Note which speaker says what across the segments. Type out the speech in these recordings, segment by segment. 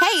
Speaker 1: Hey,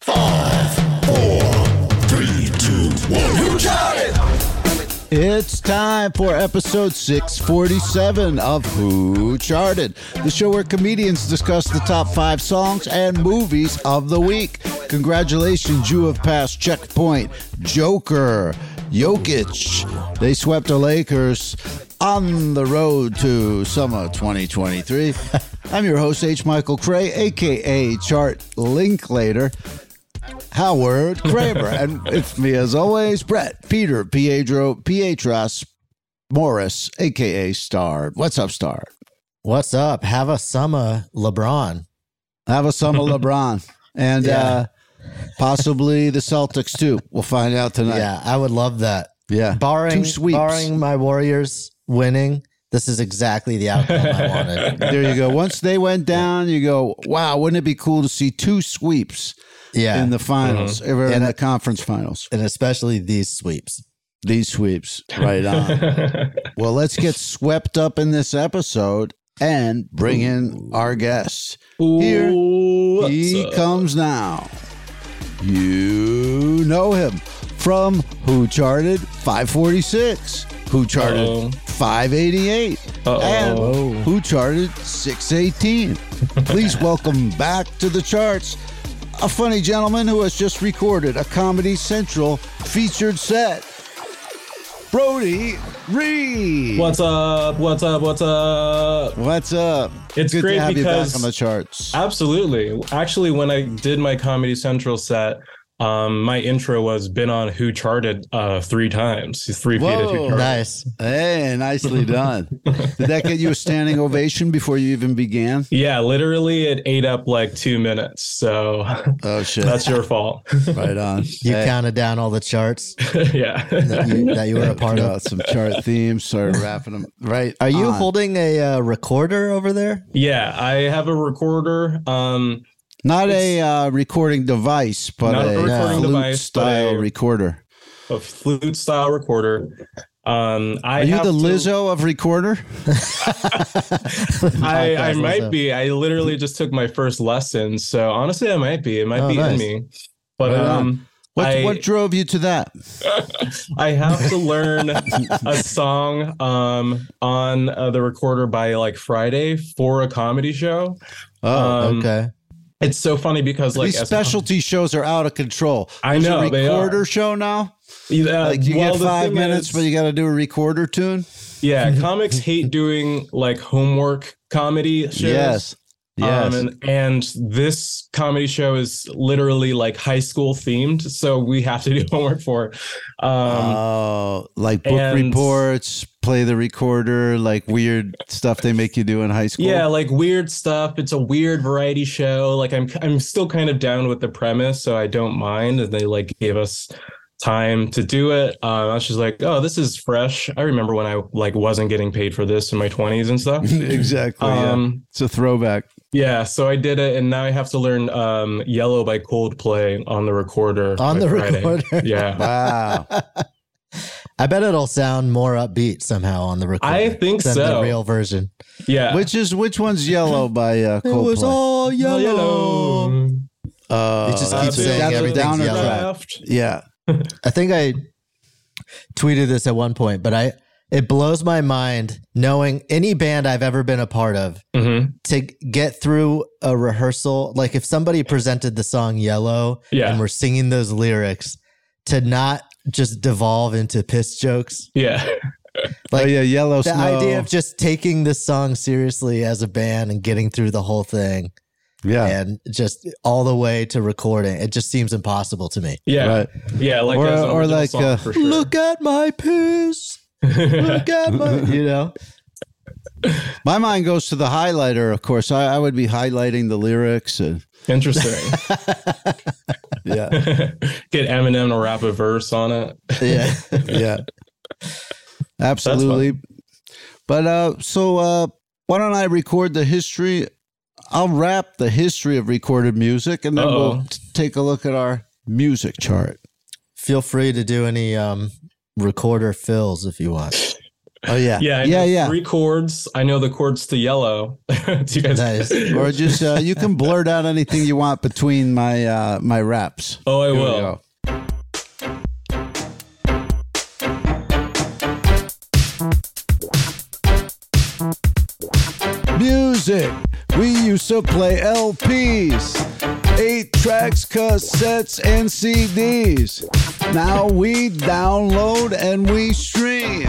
Speaker 2: Five, four, three, two, one. You got it.
Speaker 3: It's time for episode 647 of Who Charted, the show where comedians discuss the top five songs and movies of the week. Congratulations, you have passed checkpoint. Joker, Jokic, they swept the Lakers on the road to summer 2023. I'm your host, H. Michael Cray, aka Chart Linklater. Howard Kramer. and it's me as always, Brett, Peter, Pietro, Pietras, Morris, aka Star. What's up, Star?
Speaker 4: What's up? Have a summer, LeBron.
Speaker 3: Have a summer LeBron. And
Speaker 4: Yeah.
Speaker 3: uh possibly the Celtics too. We'll find out tonight.
Speaker 4: Yeah, I would love that.
Speaker 3: Yeah.
Speaker 4: Barring,
Speaker 3: Two sweeps.
Speaker 4: barring my Warriors winning, this is exactly the outcome I wanted.
Speaker 3: There you go. Once they went down, you go, wow, wouldn't it be cool to see two sweeps
Speaker 4: Yeah. Mm-hmm.
Speaker 3: in the finals, or in
Speaker 4: And-
Speaker 3: the conference finals?
Speaker 4: and especially these sweeps.
Speaker 3: These sweeps. Right on. Well, let's get swept up in this episode and bring in our guest. Here he comes now. You know him from Who Charted 546, Who Charted
Speaker 5: Uh-oh.
Speaker 3: 588, and Who Charted 618. Please welcome back to the charts a funny gentleman who has just recorded a Comedy Central featured set. Brody Reed.
Speaker 5: What's up? What's up? What's up?
Speaker 3: What's up?
Speaker 5: It's
Speaker 3: good
Speaker 5: great
Speaker 3: to have you back
Speaker 5: because-
Speaker 3: on the charts.
Speaker 5: Absolutely. Actually, when I did my Comedy Central set, um, my intro was been on Who Charted uh, three times. Three feet of Who
Speaker 3: Whoa.
Speaker 5: Charted.
Speaker 4: Nice.
Speaker 3: Hey, nicely done. Did that get you a standing ovation before you even began?
Speaker 5: Yeah, literally, it ate up like two minutes. So
Speaker 3: Oh shit!
Speaker 5: that's your fault.
Speaker 3: right on.
Speaker 4: You
Speaker 3: Hey,
Speaker 4: counted down all the charts
Speaker 5: yeah.
Speaker 4: that you, that you were a part
Speaker 3: got
Speaker 4: of.
Speaker 3: some chart themes. Started wrapping them right.
Speaker 4: Are you
Speaker 3: on.
Speaker 4: holding a uh, recorder over there?
Speaker 5: Yeah. I have a recorder. Um,
Speaker 3: not a uh, recording device, but
Speaker 5: Not a
Speaker 3: a, uh,
Speaker 5: recording
Speaker 3: flute
Speaker 5: device, but
Speaker 3: style
Speaker 5: a-
Speaker 3: recorder?
Speaker 5: a flute style recorder. Um, I
Speaker 3: Are you
Speaker 5: have
Speaker 3: the
Speaker 5: to-
Speaker 3: Lizzo of recorder?
Speaker 5: I, I
Speaker 4: podcast
Speaker 5: might
Speaker 4: also.
Speaker 5: be. I literally just took my first lesson. So honestly, I might be. It might
Speaker 4: Oh,
Speaker 5: be
Speaker 4: nice.
Speaker 5: in me. But
Speaker 3: Right on.
Speaker 5: um,
Speaker 3: What
Speaker 5: I-
Speaker 3: what drove you to that?
Speaker 5: I have to learn a song um, on uh, the recorder by like Friday for a comedy show.
Speaker 3: Oh,
Speaker 5: Um,
Speaker 4: okay.
Speaker 5: It's so funny because like
Speaker 3: these
Speaker 5: as-
Speaker 3: specialty shows are out of control.
Speaker 5: I
Speaker 3: There's
Speaker 5: know,
Speaker 3: a
Speaker 5: they
Speaker 3: recorder
Speaker 5: are.
Speaker 3: show now.
Speaker 5: Yeah,
Speaker 3: Like you
Speaker 5: uh, well,
Speaker 3: get
Speaker 5: the
Speaker 3: five
Speaker 5: thing
Speaker 3: minutes,
Speaker 5: is-
Speaker 3: but you got to do a recorder tune.
Speaker 5: yeah, comics hate doing like homework comedy shows.
Speaker 3: Yes. Yes.
Speaker 5: Um, and, and this comedy show is literally like high school themed, so we have to do homework for. it. Um,
Speaker 3: oh, like book
Speaker 5: and-
Speaker 3: reports, play the recorder, like weird stuff they make you do in high school.
Speaker 5: Yeah, like weird stuff. It's a weird variety show. Like I'm I'm still kind of down with the premise, so I don't mind. And they like gave us time to do it. Uh, I was just like, oh, this is fresh. I remember when I like wasn't getting paid for this in my 20s and stuff.
Speaker 4: Oh,
Speaker 3: exactly. yeah.
Speaker 5: Um,
Speaker 3: It's a throwback.
Speaker 5: yeah, so I did it, and now I have to learn um, "Yellow" by Coldplay on the recorder.
Speaker 4: On
Speaker 5: by
Speaker 4: the
Speaker 5: Friday.
Speaker 4: recorder.
Speaker 5: yeah.
Speaker 3: Wow.
Speaker 4: I bet it'll sound more upbeat somehow on the recorder.
Speaker 5: I think
Speaker 4: than The
Speaker 5: so.
Speaker 4: real version.
Speaker 5: Yeah,
Speaker 3: which is which one's yellow by uh, Coldplay?
Speaker 4: all
Speaker 3: Uh,
Speaker 4: It just
Speaker 3: that's
Speaker 4: keeps saying
Speaker 3: a
Speaker 4: everything's
Speaker 3: downer
Speaker 4: yellow.
Speaker 3: track.
Speaker 5: Left.
Speaker 3: Yeah.
Speaker 4: I think I tweeted this at one point, but I It blows my mind knowing any band I've ever been a part of
Speaker 5: hmm
Speaker 4: to get through a rehearsal. Like if somebody presented the song Yellow
Speaker 5: Yeah.
Speaker 4: and we're singing those lyrics, to not just devolve into piss jokes.
Speaker 5: Mm-hmm. Yeah.
Speaker 4: Like
Speaker 3: oh yeah, yellow
Speaker 4: the
Speaker 3: snow.
Speaker 4: idea of just taking this song seriously as a band and getting through the whole thing
Speaker 3: yeah,
Speaker 4: and just all the way to recording, it just seems impossible to me.
Speaker 5: Yeah.
Speaker 3: right.
Speaker 5: Yeah. Like,
Speaker 3: Or-
Speaker 5: as an
Speaker 3: or
Speaker 5: original
Speaker 3: like,
Speaker 5: song,
Speaker 3: uh,
Speaker 5: for sure.
Speaker 4: Look at my piss. Look at my, you know.
Speaker 3: My mind goes to the highlighter. Of course, I, I would be highlighting the lyrics. And,
Speaker 5: Interesting.
Speaker 3: yeah,
Speaker 5: Get Eminem to rap a verse on it.
Speaker 4: Yeah.
Speaker 3: yeah, absolutely. But uh, so uh, why don't I record the history? I'll wrap the history of recorded music, and then we'll
Speaker 5: Uh-oh.
Speaker 3: t- take a look at our music chart.
Speaker 4: Feel free to do any um, recorder fills if you want.
Speaker 3: Oh yeah,
Speaker 5: Yeah. I
Speaker 3: yeah,
Speaker 5: know
Speaker 3: yeah.
Speaker 5: Three chords. I know the chords to yellow. Do you guys?
Speaker 4: Nice.
Speaker 3: Or just uh, you can blurt out anything you want between my uh, my raps.
Speaker 5: Oh, I
Speaker 3: Here we
Speaker 5: will.
Speaker 3: go. Music. We used to play LPs, eight tracks, cassettes, and CDs. Now we download and we stream.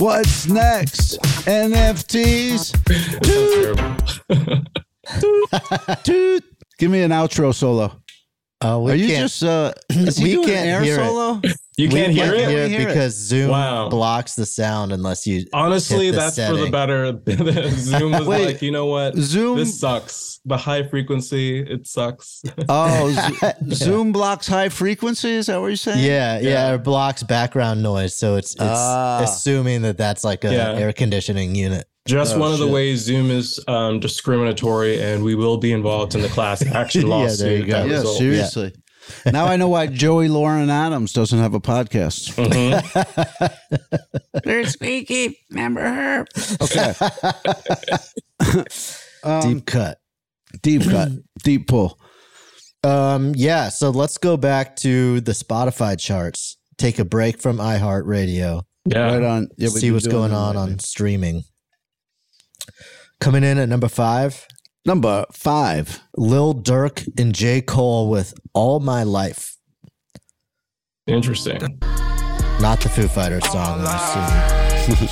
Speaker 3: What's next? NFTs? Toot. Give me an outro solo.
Speaker 4: Oh, we
Speaker 3: Are you
Speaker 4: can't,
Speaker 3: just uh is he
Speaker 4: we
Speaker 3: doing an
Speaker 4: can't
Speaker 3: air
Speaker 4: hear it.
Speaker 3: solo?
Speaker 5: You
Speaker 4: we
Speaker 5: can't hear
Speaker 4: can't
Speaker 5: it.
Speaker 3: hear it.
Speaker 4: it because Zoom
Speaker 5: Wow.
Speaker 4: blocks the sound unless you.
Speaker 5: Honestly,
Speaker 4: Hit the
Speaker 5: that's for the
Speaker 4: setting.
Speaker 5: better. Zoom was
Speaker 3: Wait.
Speaker 5: like, you know what?
Speaker 3: Zoom
Speaker 5: This sucks. The high frequency, it sucks.
Speaker 3: Oh Zo- Zoom blocks high frequency, is that what you're saying?
Speaker 4: Yeah, yeah, it blocks background noise, so it's it's
Speaker 3: Ah.
Speaker 4: assuming that that's like a
Speaker 5: Yeah.
Speaker 4: air conditioning unit.
Speaker 5: Just
Speaker 3: Oh,
Speaker 5: one of the
Speaker 3: shit.
Speaker 5: ways Zoom is um, discriminatory, and we will be involved in the class action
Speaker 4: Yeah,
Speaker 5: lawsuit.
Speaker 4: there you go.
Speaker 5: that
Speaker 3: Yeah,
Speaker 5: result.
Speaker 3: seriously. now I know why Joey Lauren Adams doesn't have a podcast.
Speaker 5: Mhm.
Speaker 6: They're sneaky. Remember her?
Speaker 3: Okay. um,
Speaker 4: Deep cut.
Speaker 3: deep, cut, deep pull.
Speaker 4: Um, yeah, so let's go back to the Spotify charts. Take a break from iHeartRadio.
Speaker 5: Yeah.
Speaker 3: Right on. Yeah, we've
Speaker 4: see
Speaker 3: been
Speaker 4: what's
Speaker 3: doing
Speaker 4: going
Speaker 3: that
Speaker 4: on
Speaker 3: lately.
Speaker 4: on streaming. Coming in at number five,
Speaker 3: number five.
Speaker 4: Lil Durk and J. Cole with All My Life.
Speaker 5: Interesting.
Speaker 4: Not the Foo Fighters song, I'm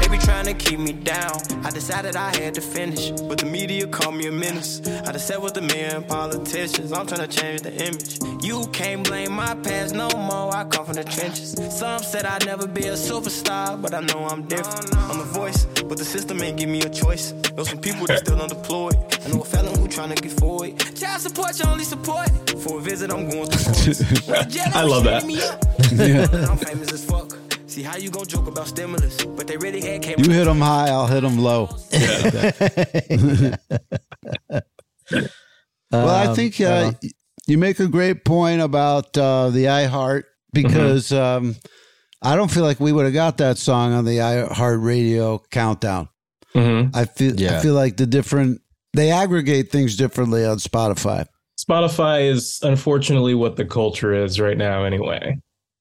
Speaker 7: They be trying to keep me down. I decided I had to finish, but the media called me a menace. I just sat with the mayor and politicians. I'm trying to change the image. You can't blame my past no more. I come from the trenches. Some said I'd never be a superstar, but I know I'm different. I'm the voice, but the system ain't give me a choice. Know some people that still unemployed. I know a felon who trying to get forward. Child support, you only support. For a visit, I'm going to.
Speaker 5: I love that.
Speaker 7: I'm famous as fuck. See how you gon' joke about stimulus, but they really had came.
Speaker 3: You hit them high, I'll hit them low.
Speaker 4: assuming.
Speaker 3: well, I
Speaker 4: Um,
Speaker 3: think
Speaker 4: right
Speaker 3: uh,
Speaker 4: on.
Speaker 3: you make a great point about uh, the iHeart because um, I don't feel like we would have got that song on the iHeart Radio countdown.
Speaker 5: hmm
Speaker 3: I feel I
Speaker 4: Yeah.
Speaker 3: feel like the different they aggregate things differently on Spotify.
Speaker 5: Spotify is unfortunately what the culture is right now, anyway.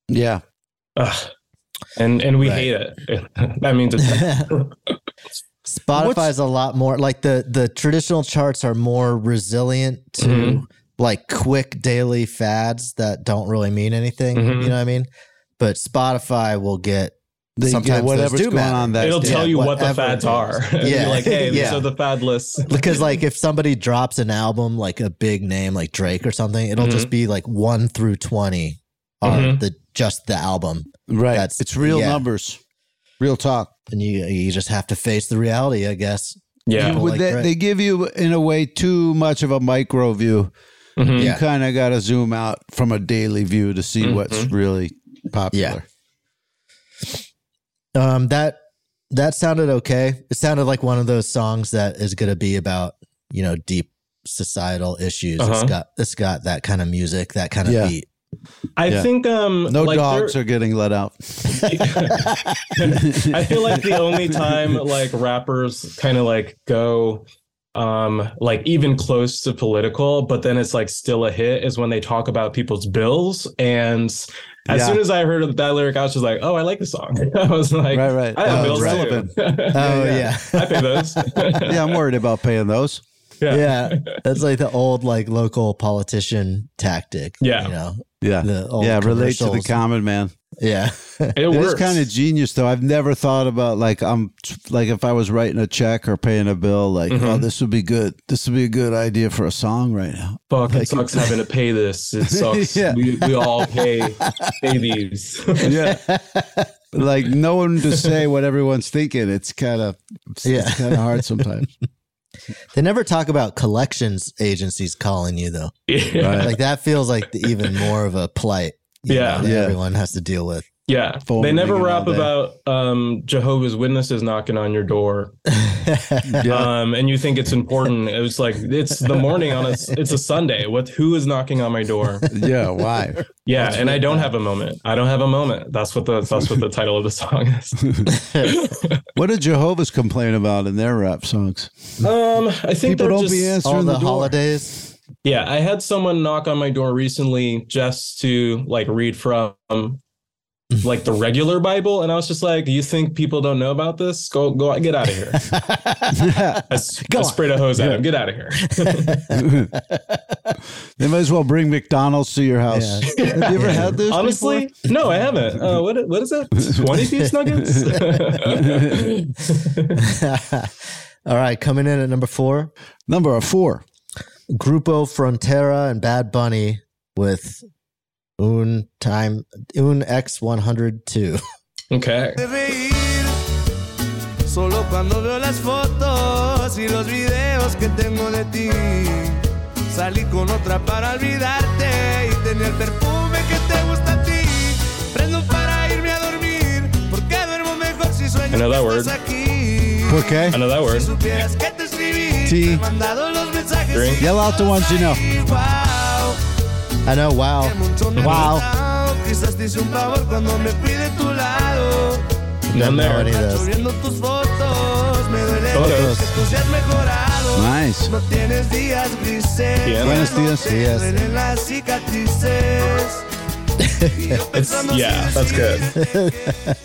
Speaker 3: Yeah,
Speaker 5: Ugh. And and we
Speaker 4: Right.
Speaker 5: hate it. that means it's
Speaker 4: Spotify's a lot more like the the traditional charts are more resilient to
Speaker 5: Mhm.
Speaker 4: like quick daily fads that don't really mean anything.
Speaker 5: Mhm.
Speaker 4: You know what I mean? But Spotify will get
Speaker 3: they get
Speaker 4: Sometimes those
Speaker 3: whatever's
Speaker 4: do
Speaker 3: going
Speaker 4: matter.
Speaker 3: on that
Speaker 5: it'll
Speaker 3: day.
Speaker 5: tell you what the
Speaker 4: whatever
Speaker 5: fads
Speaker 4: it is.
Speaker 5: are. It'll be
Speaker 4: Yeah.
Speaker 5: like, hey, these
Speaker 4: Yeah.
Speaker 5: are the fad lists.
Speaker 4: because like if somebody drops an album like a big name like Drake or something, it'll just be like one through twenty are
Speaker 5: Mhm.
Speaker 4: the just the album,
Speaker 3: right.
Speaker 4: that's-
Speaker 3: it's real
Speaker 4: yeah.
Speaker 3: numbers, real talk.
Speaker 4: and you you just have to face the reality, I guess.
Speaker 5: Yeah.
Speaker 4: People
Speaker 3: Would
Speaker 4: like
Speaker 3: they,
Speaker 4: Drake.
Speaker 3: they give you in a way too much of a micro view.
Speaker 5: Mhm.
Speaker 3: You
Speaker 4: Yeah.
Speaker 3: kind of got to zoom out from a daily view to
Speaker 5: Mm-hmm.
Speaker 3: see what's really popular.
Speaker 4: Um, that that sounded okay. It sounded like one of those songs that is going to be about you know deep societal issues.
Speaker 5: Uh-huh.
Speaker 4: It's got it's got that kind of music, that kind of
Speaker 3: Yeah.
Speaker 4: beat.
Speaker 5: I
Speaker 3: Yeah.
Speaker 5: think um
Speaker 3: No
Speaker 5: like
Speaker 3: dogs
Speaker 5: there-
Speaker 3: are getting let out.
Speaker 5: I feel like the only time like rappers kind of like go um, like even close to political, but then it's like still a hit is when they talk about people's bills. And as
Speaker 4: Yeah.
Speaker 5: soon as I heard of that lyric, I was just like, oh, I like the song. I was like,
Speaker 3: Right, right.
Speaker 5: I have
Speaker 3: Oh,
Speaker 5: bills
Speaker 3: relevant.
Speaker 5: too.
Speaker 4: Oh yeah.
Speaker 5: I pay those.
Speaker 3: yeah, I'm worried about paying those.
Speaker 5: yeah.
Speaker 4: yeah. That's like the old like local politician tactic.
Speaker 5: Yeah.
Speaker 4: You know?
Speaker 3: Yeah.
Speaker 4: The old
Speaker 3: yeah, relate to the
Speaker 4: commercials.
Speaker 3: common man.
Speaker 4: Yeah.
Speaker 5: It,
Speaker 3: It is
Speaker 5: works.
Speaker 3: kind of genius, though. I've never thought about like I'm like if I was writing a check or paying a bill, like oh,
Speaker 5: Mm-hmm.
Speaker 3: this would be good. This would be a good idea for a song right now.
Speaker 5: Fuck, it sucks having to pay this. It sucks.
Speaker 3: Yeah.
Speaker 5: we, we all pay, pay these.
Speaker 3: Yeah, like no one to say what everyone's thinking. It's kind of yeah,
Speaker 4: Yeah.
Speaker 3: kind of hard sometimes.
Speaker 4: they never talk about collections agencies calling you though.
Speaker 5: yeah.
Speaker 4: Like that feels like the, even more of a plight. you
Speaker 5: Yeah.
Speaker 4: know, that
Speaker 3: Yeah.
Speaker 4: Everyone has to deal with.
Speaker 5: yeah.
Speaker 3: Phone
Speaker 5: They never
Speaker 3: ringing
Speaker 5: rap
Speaker 3: all day.
Speaker 5: about um, Jehovah's Witnesses knocking on your door. Um, and you think it's important. It was like, it's the morning on a, it's a Sunday. What, who is knocking on my door?
Speaker 3: yeah, why?
Speaker 5: Yeah. and I don't have a moment. I don't have a moment. That's what the, that's what the title of the song is.
Speaker 3: What did Jehovah's complain about in their rap songs?
Speaker 5: Um, I think
Speaker 3: People
Speaker 5: they're
Speaker 3: don't
Speaker 5: just,
Speaker 3: be answering
Speaker 4: All
Speaker 3: the,
Speaker 4: the,
Speaker 3: door.
Speaker 4: holidays.
Speaker 5: Yeah, I had someone knock on my door recently just to like read from like the regular Bible, and I was just like, "You think people don't know about this? Go, go, get out of here!"
Speaker 3: Yeah.
Speaker 5: I, s- I sprayed a hose at him. Get out of here.
Speaker 3: They might as well bring McDonald's to your house. Have you ever had this?
Speaker 5: Honestly,
Speaker 3: before?
Speaker 5: no, I haven't. Uh, what, what is it? Twenty piece nuggets?
Speaker 4: All right, coming in at number four,
Speaker 3: number four.
Speaker 4: Grupo Frontera and Bad Bunny with Un Time Un X one hundred two.
Speaker 5: okay.
Speaker 7: de reír. Solo cuando veo las fotos y los videos que tengo de ti. Salí con otra para olvidarte y tenía el perfume que te gusta a ti. Prendo para irme a dormir porque duermo mejor si sueño
Speaker 5: I know that
Speaker 7: que
Speaker 5: word.
Speaker 7: estás aquí.
Speaker 3: Okay.
Speaker 5: I know that word.
Speaker 7: Si supieras que te escribí,
Speaker 3: Sí.
Speaker 7: te he mandado los mensajes.
Speaker 5: Drink.
Speaker 7: y
Speaker 3: Yell out the ones you know.
Speaker 7: ahí, wow.
Speaker 4: I know. Wow.
Speaker 7: Que mucho me he
Speaker 4: Wow.
Speaker 7: gustado. Quizás te hice un favor cuando me fui de tu lado.
Speaker 5: None
Speaker 4: Don't know any
Speaker 5: there.
Speaker 4: of those.
Speaker 7: Viendo tus fotos, me duele ver que tú seas mejorado.
Speaker 3: Nice.
Speaker 7: No tienes días grises.
Speaker 5: Yeah.
Speaker 3: Buenos
Speaker 7: no
Speaker 3: dias.
Speaker 7: te
Speaker 4: Yes.
Speaker 7: duelen las cicatrices.
Speaker 5: It's yeah, that's good.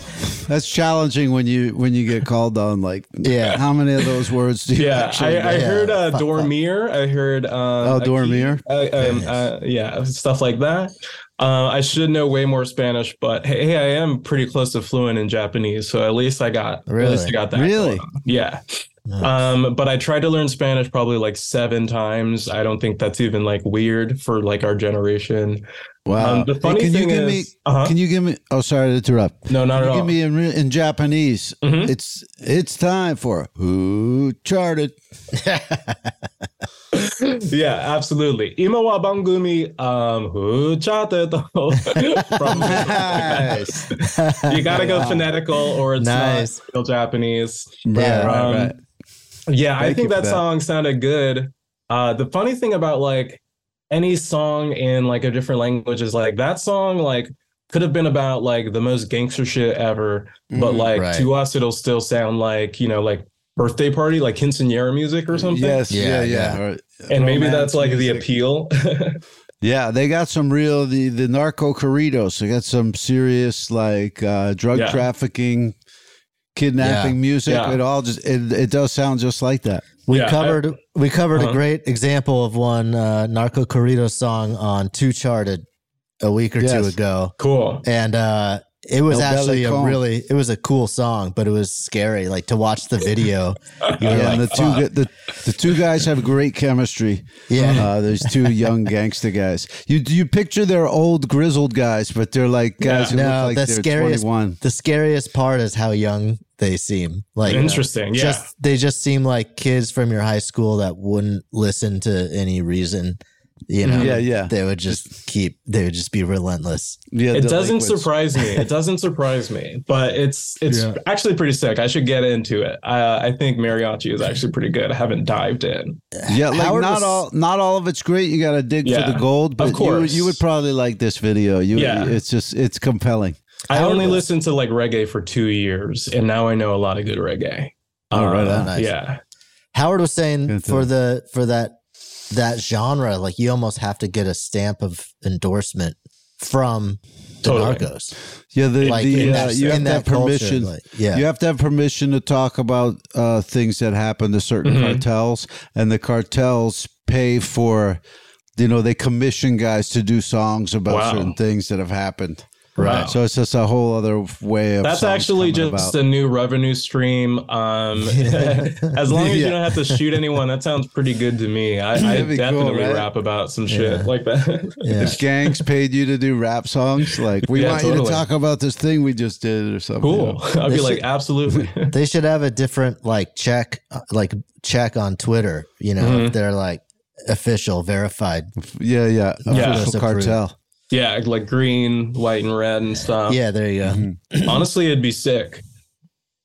Speaker 3: That's challenging when you when you get called on. Like,
Speaker 4: Yeah.
Speaker 3: how many of those words do you
Speaker 5: Yeah,
Speaker 3: actually?
Speaker 5: I, I
Speaker 4: yeah,
Speaker 5: heard uh,
Speaker 4: fuck, fuck.
Speaker 5: Dormir. I heard uh,
Speaker 3: Oh, Dormir.
Speaker 5: uh, um, uh, yeah, stuff like that. Uh, I should know way more Spanish, but hey, hey, I am pretty close to fluent in Japanese, so at least I got at least
Speaker 4: Really?
Speaker 5: I got that.
Speaker 3: Really?
Speaker 5: going on. Yeah. Um, but I tried to learn Spanish probably like seven times. I don't think that's even like weird for like our generation.
Speaker 3: Wow.
Speaker 5: Um, the funny
Speaker 3: can you
Speaker 5: thing
Speaker 3: give me?
Speaker 5: is- uh-huh.
Speaker 3: Can you give me? Oh, sorry to interrupt.
Speaker 5: No, not
Speaker 3: Can
Speaker 5: at
Speaker 3: you
Speaker 5: all.
Speaker 3: give me in, re- in Japanese.
Speaker 5: Mhm.
Speaker 3: It's it's time for who charted.
Speaker 5: yeah, absolutely. Ima wa bangumi um hu chate to. From-
Speaker 3: Nice.
Speaker 5: you gotta go phonetical or it's
Speaker 4: Nice.
Speaker 5: not real Japanese.
Speaker 3: Yeah,
Speaker 4: Yeah.
Speaker 5: Um,
Speaker 3: right, right.
Speaker 5: Yeah, I
Speaker 3: Thank you
Speaker 5: think
Speaker 3: for
Speaker 5: that,
Speaker 3: that.
Speaker 5: song sounded good. Uh, the funny thing about like any song in like a different language is like that song like could have been about like the most gangster shit ever, but
Speaker 3: Mm,
Speaker 5: like
Speaker 4: right.
Speaker 5: to us it'll still sound like you know like birthday party like quinceanera music or something.
Speaker 3: Yes. Yeah. Yeah.
Speaker 4: Yeah,
Speaker 3: Right.
Speaker 5: and maybe that's
Speaker 3: Romance
Speaker 5: like the
Speaker 3: music.
Speaker 5: appeal.
Speaker 3: Yeah, they got some real the the narco corridos. They got some serious like uh, drug
Speaker 5: Yeah.
Speaker 3: trafficking, kidnapping music.
Speaker 5: Yeah.
Speaker 3: It all just it, it does sound just like that.
Speaker 4: We
Speaker 5: Yeah, I-
Speaker 4: covered we covered
Speaker 5: Uh-huh.
Speaker 4: a great example of one uh, narco corrido song on Two Charted a week or two
Speaker 3: Yes.
Speaker 4: ago,
Speaker 5: cool.
Speaker 4: and uh, it was
Speaker 3: El
Speaker 4: actually a
Speaker 3: Belicón.
Speaker 4: really it was a cool song, but it was scary. Like to watch the video, you were
Speaker 3: Yeah,
Speaker 4: like,
Speaker 3: and the two
Speaker 4: "Fuck."
Speaker 3: gu- the, the two guys have great chemistry.
Speaker 4: Yeah.
Speaker 3: uh, those two young gangster guys. You you picture they're old grizzled guys, but they're like guys who
Speaker 4: no,
Speaker 3: look like
Speaker 4: the
Speaker 3: they're
Speaker 4: scariest
Speaker 3: twenty one.
Speaker 4: the scariest part is how young they seem. Like
Speaker 5: Interesting. Yeah.
Speaker 4: Just they just seem like kids from your high school that wouldn't listen to any reason. You know,
Speaker 3: Mm-hmm. Yeah, yeah.
Speaker 4: They would just keep. They would just be relentless.
Speaker 3: Yeah,
Speaker 5: it doesn't
Speaker 3: delinquents.
Speaker 5: surprise me. It doesn't surprise me, but it's it's
Speaker 3: Yeah.
Speaker 5: actually pretty sick. I should get into it. Uh, I think mariachi is actually pretty good. I haven't dived in.
Speaker 3: Yeah, like
Speaker 4: Howard
Speaker 3: not
Speaker 4: was-
Speaker 3: all not all of it's great. You got to dig
Speaker 5: Yeah,
Speaker 3: for the gold, but
Speaker 5: of course.
Speaker 3: You, you would probably like this video. You,
Speaker 5: Yeah.
Speaker 3: it's just it's compelling.
Speaker 5: I
Speaker 4: Howard
Speaker 5: only
Speaker 4: was-
Speaker 5: listened to like reggae for two years, and now I know a lot of good reggae.
Speaker 3: Oh, right on.
Speaker 4: Nice.
Speaker 5: Yeah,
Speaker 4: Howard was saying
Speaker 3: Good
Speaker 4: for
Speaker 3: time.
Speaker 4: the for that that genre, like you almost have to get a stamp of endorsement from the
Speaker 5: Totally.
Speaker 4: Narcos.
Speaker 3: Yeah, the,
Speaker 4: Like
Speaker 3: the
Speaker 4: in
Speaker 3: uh,
Speaker 4: that-
Speaker 3: you have
Speaker 4: in
Speaker 3: to have
Speaker 4: that culture,
Speaker 3: permission.
Speaker 4: like, yeah.
Speaker 3: you have to have permission to talk about uh, things that happen to certain
Speaker 5: Mm-hmm.
Speaker 3: cartels, and the cartels pay for. You know, they commission guys to do songs about
Speaker 5: Wow.
Speaker 3: certain things that have happened.
Speaker 5: Right.
Speaker 3: So it's just a whole other way of.
Speaker 5: That's
Speaker 3: songs
Speaker 5: actually
Speaker 3: coming
Speaker 5: just
Speaker 3: about.
Speaker 5: a new revenue stream. Um, as long as
Speaker 3: Yeah.
Speaker 5: you don't have to shoot anyone, that sounds pretty good to me. I, I
Speaker 3: That'd be
Speaker 5: definitely
Speaker 3: cool, right?
Speaker 5: rap about some shit like that.
Speaker 4: Yeah.
Speaker 3: If gangs paid you to do rap songs, like we
Speaker 5: Yeah,
Speaker 3: want you to
Speaker 5: totally.
Speaker 3: talk about this thing we just did or something. you
Speaker 5: Cool.
Speaker 3: know?
Speaker 5: I'd
Speaker 4: They
Speaker 5: be like,
Speaker 4: should-
Speaker 5: absolutely.
Speaker 4: They should have a different like check, uh, like check on Twitter. You know,
Speaker 3: Mm-hmm.
Speaker 4: if they're like official, verified.
Speaker 3: Yeah, yeah.
Speaker 5: Yeah.
Speaker 3: Official cartel.
Speaker 5: yeah, like green, white, and red and
Speaker 3: Oh.
Speaker 5: stuff.
Speaker 4: Yeah, there you go.
Speaker 3: Mm-hmm.
Speaker 5: Honestly, it'd be sick.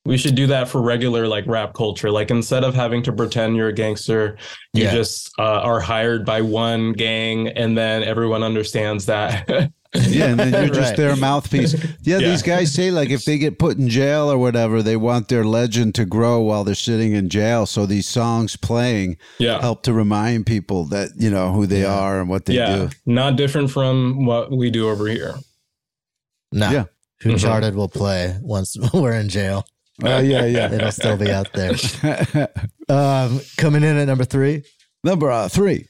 Speaker 5: We should do that for regular like rap culture. Like instead of having to pretend you're a gangster, you
Speaker 4: Yeah.
Speaker 5: just uh, are hired by one gang, and then everyone understands that.
Speaker 3: Yeah, and then you're just
Speaker 4: Right.
Speaker 3: their mouthpiece. Yeah,
Speaker 5: Yeah.
Speaker 3: these guys say like if they get put in jail or whatever, they want their legend to grow while they're sitting in jail. So these songs playing
Speaker 5: yeah.
Speaker 3: help to remind people that you know who they are and what they
Speaker 5: yeah.
Speaker 3: do.
Speaker 5: Not different from what we do over here.
Speaker 4: No,
Speaker 3: Yeah.
Speaker 4: Who Charted will play once we're in jail.
Speaker 3: Oh yeah,
Speaker 4: It'll still be out there.
Speaker 3: yeah.
Speaker 4: Um, coming in at number three.
Speaker 3: Number uh, three.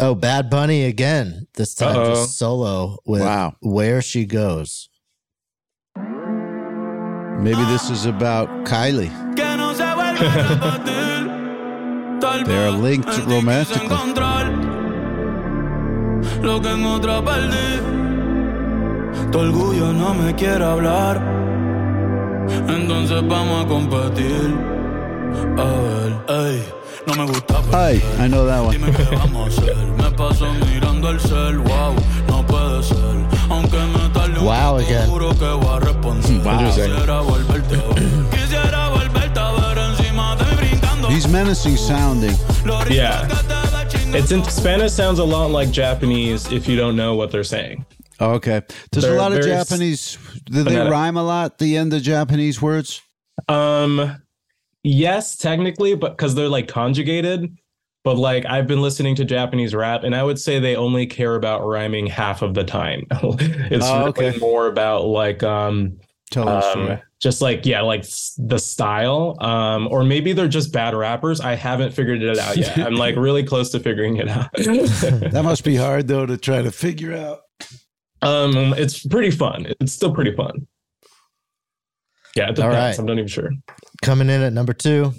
Speaker 4: Oh, Bad Bunny again. This time
Speaker 5: Uh-oh.
Speaker 4: just solo with
Speaker 3: Wow.
Speaker 4: Where She Goes.
Speaker 3: Maybe this is about Kylie.
Speaker 7: Que no se vuelva a repetir. Tal
Speaker 3: They are
Speaker 7: vez
Speaker 3: linked
Speaker 7: en ti quise
Speaker 3: romantically.
Speaker 7: encontrar Lo que en otra perdí. Tu orgullo no me quiere hablar. Entonces vamos a competir. A ver, ey, no me gusta
Speaker 3: Hey, I know that one.
Speaker 7: Dime qué vamos a hacer. Me paso mirando el cel, wow, no puede ser. Aunque me tarde un
Speaker 4: Wow,
Speaker 7: rato,
Speaker 4: again.
Speaker 7: juro que voy a responder.
Speaker 5: Hmm,
Speaker 7: Quisiera volverte a ver. Quisiera volverte a ver encima de mí brincando.
Speaker 3: He's menacing sounding.
Speaker 7: Lo rico
Speaker 5: Yeah.
Speaker 7: que te da chingando.
Speaker 5: It's in Spanish sounds a lot like Japanese if you don't know what they're saying.
Speaker 3: Oh, Okay. There's a
Speaker 5: They're
Speaker 3: lot of
Speaker 5: very s-
Speaker 3: Japanese. Do they
Speaker 5: phonetic.
Speaker 3: rhyme a lot? The end of Japanese words.
Speaker 5: Um yes, technically, but because they're like conjugated. But like I've been listening to Japanese rap and I would say they only care about rhyming half of the time. it's
Speaker 4: Ah,
Speaker 3: Oh,
Speaker 5: really
Speaker 3: okay.
Speaker 5: more about like um,
Speaker 3: Tell
Speaker 4: Oh,
Speaker 3: us.
Speaker 5: um, just like yeah, like s- the style. Um, or maybe they're just bad rappers. I haven't figured it out yet. I'm like really close to figuring it out.
Speaker 3: That must be hard though to try to figure out.
Speaker 5: um it's pretty fun. It's still pretty fun. Yeah, it
Speaker 4: All
Speaker 5: depends.
Speaker 4: right.
Speaker 5: I'm not even sure.
Speaker 4: Coming in at number two,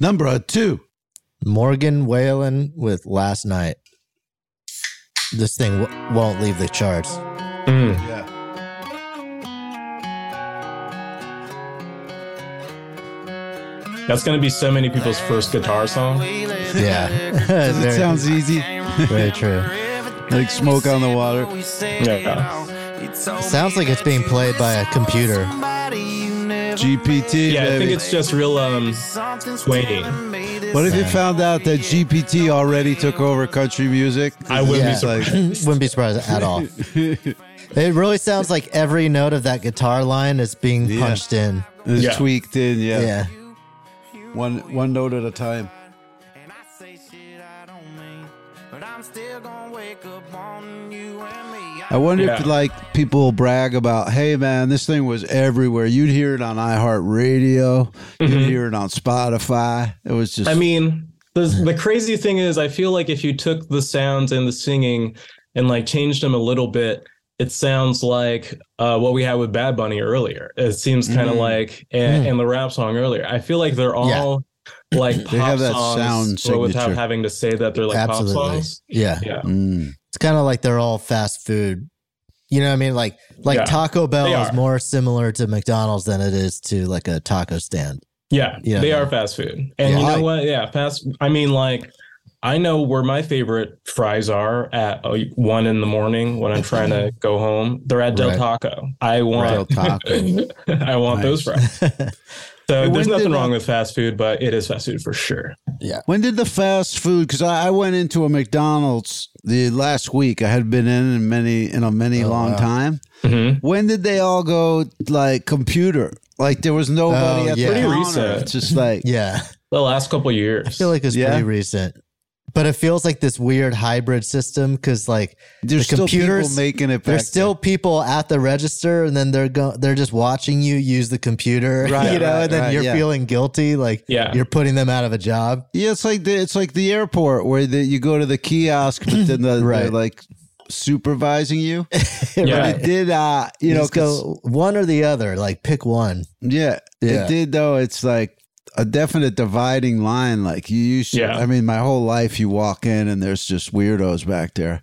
Speaker 3: Number two.
Speaker 4: Morgan Whalen with Last Night. This thing w- won't leave the charts.
Speaker 5: Mm.
Speaker 3: Yeah.
Speaker 5: That's gonna be so many people's first guitar song.
Speaker 4: Yeah.
Speaker 3: It
Speaker 4: Very-
Speaker 3: sounds easy.
Speaker 4: very true.
Speaker 3: Like smoke on the water.
Speaker 5: Yeah.
Speaker 4: Sounds like it's being played by a computer.
Speaker 3: GPT.
Speaker 5: Yeah, I think
Speaker 3: baby.
Speaker 5: it's just real um swaying.
Speaker 3: What if you found out that GPT already took over country music?
Speaker 5: I wouldn't
Speaker 4: be
Speaker 3: It's like-
Speaker 4: Wouldn't be surprised at all. It really sounds like every note of that guitar line is being
Speaker 3: Yeah.
Speaker 4: punched in.
Speaker 3: it's
Speaker 5: Yeah.
Speaker 3: tweaked in. Yeah.
Speaker 4: Yeah.
Speaker 3: One one note at a time. I wonder if
Speaker 5: Yeah.
Speaker 3: like people will brag about, hey man, this thing was everywhere. You'd hear it on iHeartRadio. You'd hear it on Spotify. It was just
Speaker 5: Mm-hmm. I mean, the the crazy thing is I feel like if you took the sounds and the singing and like changed them a little bit, it sounds like uh, what we had with Bad Bunny earlier. It seems kind
Speaker 3: Mm-hmm.
Speaker 5: of like and, and the rap song earlier. I feel like they're all like pop
Speaker 3: have that
Speaker 5: songs
Speaker 3: sound
Speaker 5: but without
Speaker 3: signature.
Speaker 5: having to say that they're like pop
Speaker 4: Absolutely.
Speaker 5: songs.
Speaker 4: Yeah.
Speaker 5: Yeah.
Speaker 3: Mm.
Speaker 4: It's kind of like they're all fast food. You know what I mean? Like like
Speaker 5: Yeah.
Speaker 4: Taco
Speaker 5: They
Speaker 4: Bell
Speaker 5: are.
Speaker 4: is more similar to McDonald's than it is to like a taco stand.
Speaker 5: Yeah,
Speaker 4: Yeah.
Speaker 5: they are fast food. And
Speaker 4: Yeah.
Speaker 5: you
Speaker 3: Why?
Speaker 5: know what? Yeah, fast. I mean, like, I know where my favorite fries are at uh, one in the morning when I'm trying to go home. They're at Del
Speaker 4: Right.
Speaker 5: Taco. I want
Speaker 3: Del Taco.
Speaker 5: I want those fries. So
Speaker 3: when
Speaker 5: there's
Speaker 3: did
Speaker 5: nothing
Speaker 3: that-
Speaker 5: wrong with fast food, but it is fast food for sure.
Speaker 3: When did the fast food? Because I, I went into a McDonald's the last week. I had been in in many in a
Speaker 4: Oh,
Speaker 3: many long time.
Speaker 5: Mhm.
Speaker 3: When did they all go like computer? Like there was nobody
Speaker 4: Oh,
Speaker 3: at
Speaker 4: yeah.
Speaker 3: the
Speaker 4: Pretty
Speaker 3: counter.
Speaker 5: recent.
Speaker 3: It's just like
Speaker 4: Yeah.
Speaker 5: the last couple years.
Speaker 4: I feel like it's
Speaker 3: Yeah.
Speaker 4: pretty recent, but it feels like this weird hybrid system because like
Speaker 3: There's
Speaker 4: the
Speaker 3: still
Speaker 4: computers
Speaker 3: people making it. Back
Speaker 4: there's still people at the register, and then they're go- they're just watching you use the computer,
Speaker 3: Right,
Speaker 4: you know,
Speaker 3: right,
Speaker 4: and then
Speaker 3: right,
Speaker 4: you're
Speaker 3: yeah.
Speaker 4: feeling guilty, like
Speaker 5: Yeah.
Speaker 4: you're putting them out of a job.
Speaker 3: yeah, it's like the, it's like the airport where the, you go to the kiosk, but then the,
Speaker 4: Right.
Speaker 3: they're like supervising you.
Speaker 5: Yeah.
Speaker 3: But it did, uh, you
Speaker 4: You
Speaker 3: know,
Speaker 4: just go one or the other, like pick one.
Speaker 3: Yeah,
Speaker 4: Yeah.
Speaker 3: it did though. It's like a definite dividing line. Like you used to,
Speaker 5: Yeah.
Speaker 3: I mean, my whole life you walk in and there's just weirdos back there.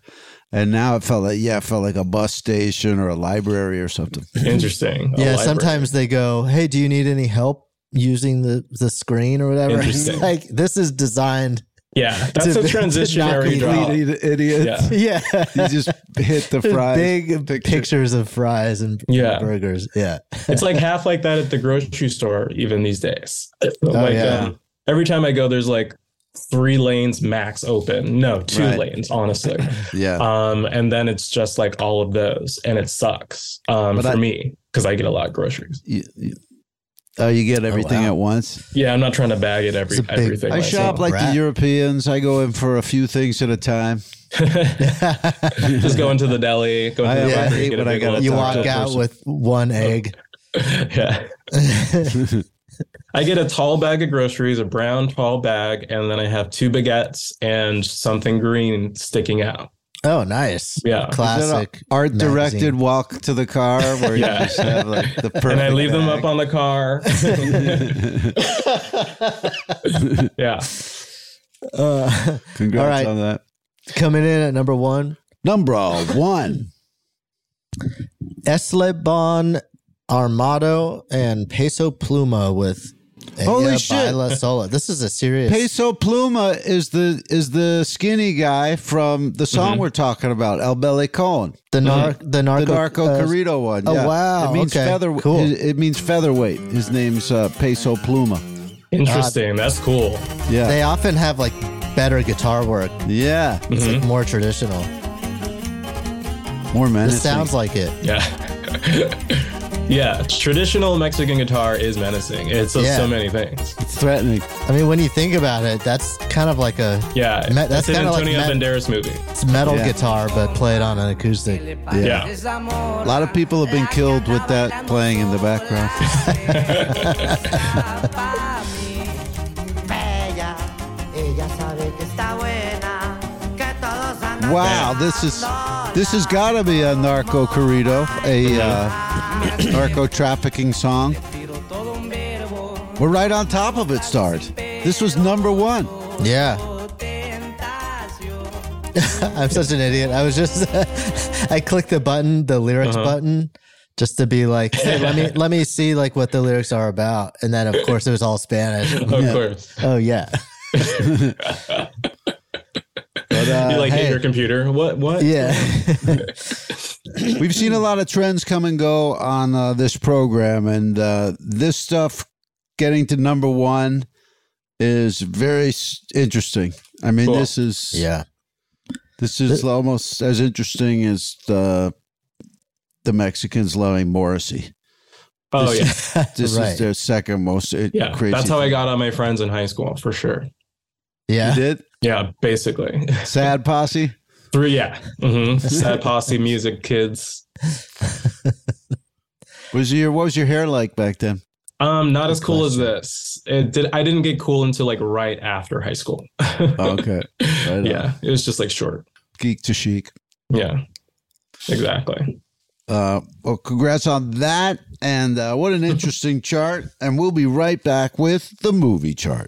Speaker 3: And now it felt like, yeah, it felt like a bus station or a library or something.
Speaker 5: Interesting. A
Speaker 4: yeah,
Speaker 5: library.
Speaker 4: sometimes they go, "Hey, do you need any help using the the screen or whatever?" It's
Speaker 5: Interesting.
Speaker 4: like this is designed.
Speaker 5: Yeah, that's
Speaker 4: to-
Speaker 5: a
Speaker 4: to not
Speaker 5: transitionary
Speaker 4: complete
Speaker 5: drop.
Speaker 3: Complete idi- idiot.
Speaker 5: Yeah.
Speaker 4: Yeah,
Speaker 3: You just hit the fries.
Speaker 4: big
Speaker 3: picture.
Speaker 4: pictures of fries and
Speaker 5: Yeah.
Speaker 4: burgers. Yeah,
Speaker 5: It's like half like that at the grocery store, even these days.
Speaker 3: Oh,
Speaker 5: like
Speaker 4: yeah.
Speaker 5: um, every time I go, there's like three lanes max open. No, two
Speaker 3: Right.
Speaker 5: lanes, honestly.
Speaker 3: Yeah.
Speaker 5: Um, and then it's just like all of those, and it sucks um,
Speaker 3: But
Speaker 5: for
Speaker 3: I-
Speaker 5: me because I get a lot of groceries.
Speaker 3: You- you- oh, you get everything
Speaker 4: wow.
Speaker 3: at once.
Speaker 5: Yeah, I'm not trying to bag it every
Speaker 4: It's a big-
Speaker 5: everything.
Speaker 3: I shop
Speaker 5: myself.
Speaker 3: like the
Speaker 4: rat.
Speaker 3: Europeans. I go in for a few things at a time.
Speaker 5: just go into the deli. Go
Speaker 3: I-
Speaker 5: into the
Speaker 3: I
Speaker 5: bakery,
Speaker 3: hate
Speaker 5: get a
Speaker 3: when I
Speaker 5: big
Speaker 3: gotta
Speaker 5: old
Speaker 4: you
Speaker 3: Talk
Speaker 4: walk
Speaker 3: to a
Speaker 5: taco.
Speaker 4: out
Speaker 3: person.
Speaker 4: with one egg.
Speaker 5: yeah. I get a tall bag of groceries, a brown tall bag, and then I have two baguettes and something green sticking out.
Speaker 4: Oh, nice.
Speaker 5: Yeah.
Speaker 4: classic
Speaker 3: Art
Speaker 4: magazine.
Speaker 3: directed walk to the car where you
Speaker 5: Yeah.
Speaker 3: just have like the perfect.
Speaker 5: and I leave them
Speaker 3: bag.
Speaker 5: up on the car. yeah.
Speaker 4: Uh,
Speaker 3: Congrats
Speaker 4: All right.
Speaker 3: on that.
Speaker 4: coming in at number one,
Speaker 3: Number one.
Speaker 4: Esleban Armado and Peso Pluma with
Speaker 3: Holy shit.
Speaker 4: Baila Sola. This is a serious.
Speaker 3: Peso Pluma is the is the skinny guy from the song
Speaker 4: Mm-hmm.
Speaker 3: we're talking about, El Belicon.
Speaker 4: the nar- the narco
Speaker 3: The Narco
Speaker 4: uh,
Speaker 3: Corrido one.
Speaker 4: oh,
Speaker 3: yeah.
Speaker 4: wow,
Speaker 3: It means
Speaker 4: okay,
Speaker 3: feather
Speaker 4: cool.
Speaker 3: it, it means featherweight. His name's uh, Peso Pluma.
Speaker 5: Interesting. That's cool.
Speaker 3: Yeah.
Speaker 4: They often have like better guitar work.
Speaker 3: yeah.
Speaker 4: It's
Speaker 5: Mm-hmm.
Speaker 4: like more traditional.
Speaker 3: More
Speaker 4: This
Speaker 3: menacing.
Speaker 4: sounds like it.
Speaker 5: Yeah. yeah. Traditional Mexican guitar is menacing. It's of
Speaker 4: Yeah.
Speaker 5: so many things.
Speaker 3: it's threatening.
Speaker 4: I mean, when you think about it, that's kind of like a
Speaker 5: Yeah.
Speaker 4: Me- that's
Speaker 5: that's an
Speaker 4: kinda like
Speaker 5: Antonio
Speaker 4: me-
Speaker 5: Banderas movie.
Speaker 4: it's metal
Speaker 3: Yeah.
Speaker 4: guitar, but played on an acoustic.
Speaker 5: Yeah.
Speaker 3: A lot of people have been killed with that playing in the background. Wow, this is this has got to be a narco corrido, a uh, narco trafficking song. We're right on top of it, Sarge. This was number one.
Speaker 4: Yeah. I'm such an idiot. I was just I clicked the button, the lyrics button, just to be like, hey, let me let me see like what the lyrics are about. And then of course it was all Spanish.
Speaker 5: Of course.
Speaker 4: oh yeah.
Speaker 3: But, uh,
Speaker 5: you like
Speaker 4: hey.
Speaker 5: hit your computer. What? What?
Speaker 4: Yeah.
Speaker 3: We've seen a lot of trends come and go on uh, this program, and uh, this stuff getting to number one is very s- interesting. I mean,
Speaker 5: Cool.
Speaker 3: this is
Speaker 4: yeah.
Speaker 3: this is almost as interesting as the the Mexicans loving Morrissey.
Speaker 5: Oh, yeah.
Speaker 3: This
Speaker 4: Right.
Speaker 3: is their second most uh,
Speaker 5: Yeah.
Speaker 3: crazy.
Speaker 5: That's how I
Speaker 3: thing.
Speaker 5: got on my friends in high school for sure.
Speaker 3: You
Speaker 4: Yeah.
Speaker 3: did
Speaker 5: Yeah. Basically.
Speaker 3: sad posse.
Speaker 5: Three. Yeah. hmm Sad posse music kids.
Speaker 3: Was your what was your hair like back then?
Speaker 5: Um, not as cool as this. It did. I didn't get cool until like right after high school.
Speaker 3: Oh, Okay, Right on.
Speaker 5: yeah, it was just like short.
Speaker 3: geek to chic.
Speaker 5: Yeah, exactly.
Speaker 3: Uh, well, congrats on that. And uh, what an interesting chart. And we'll be right back with the movie chart.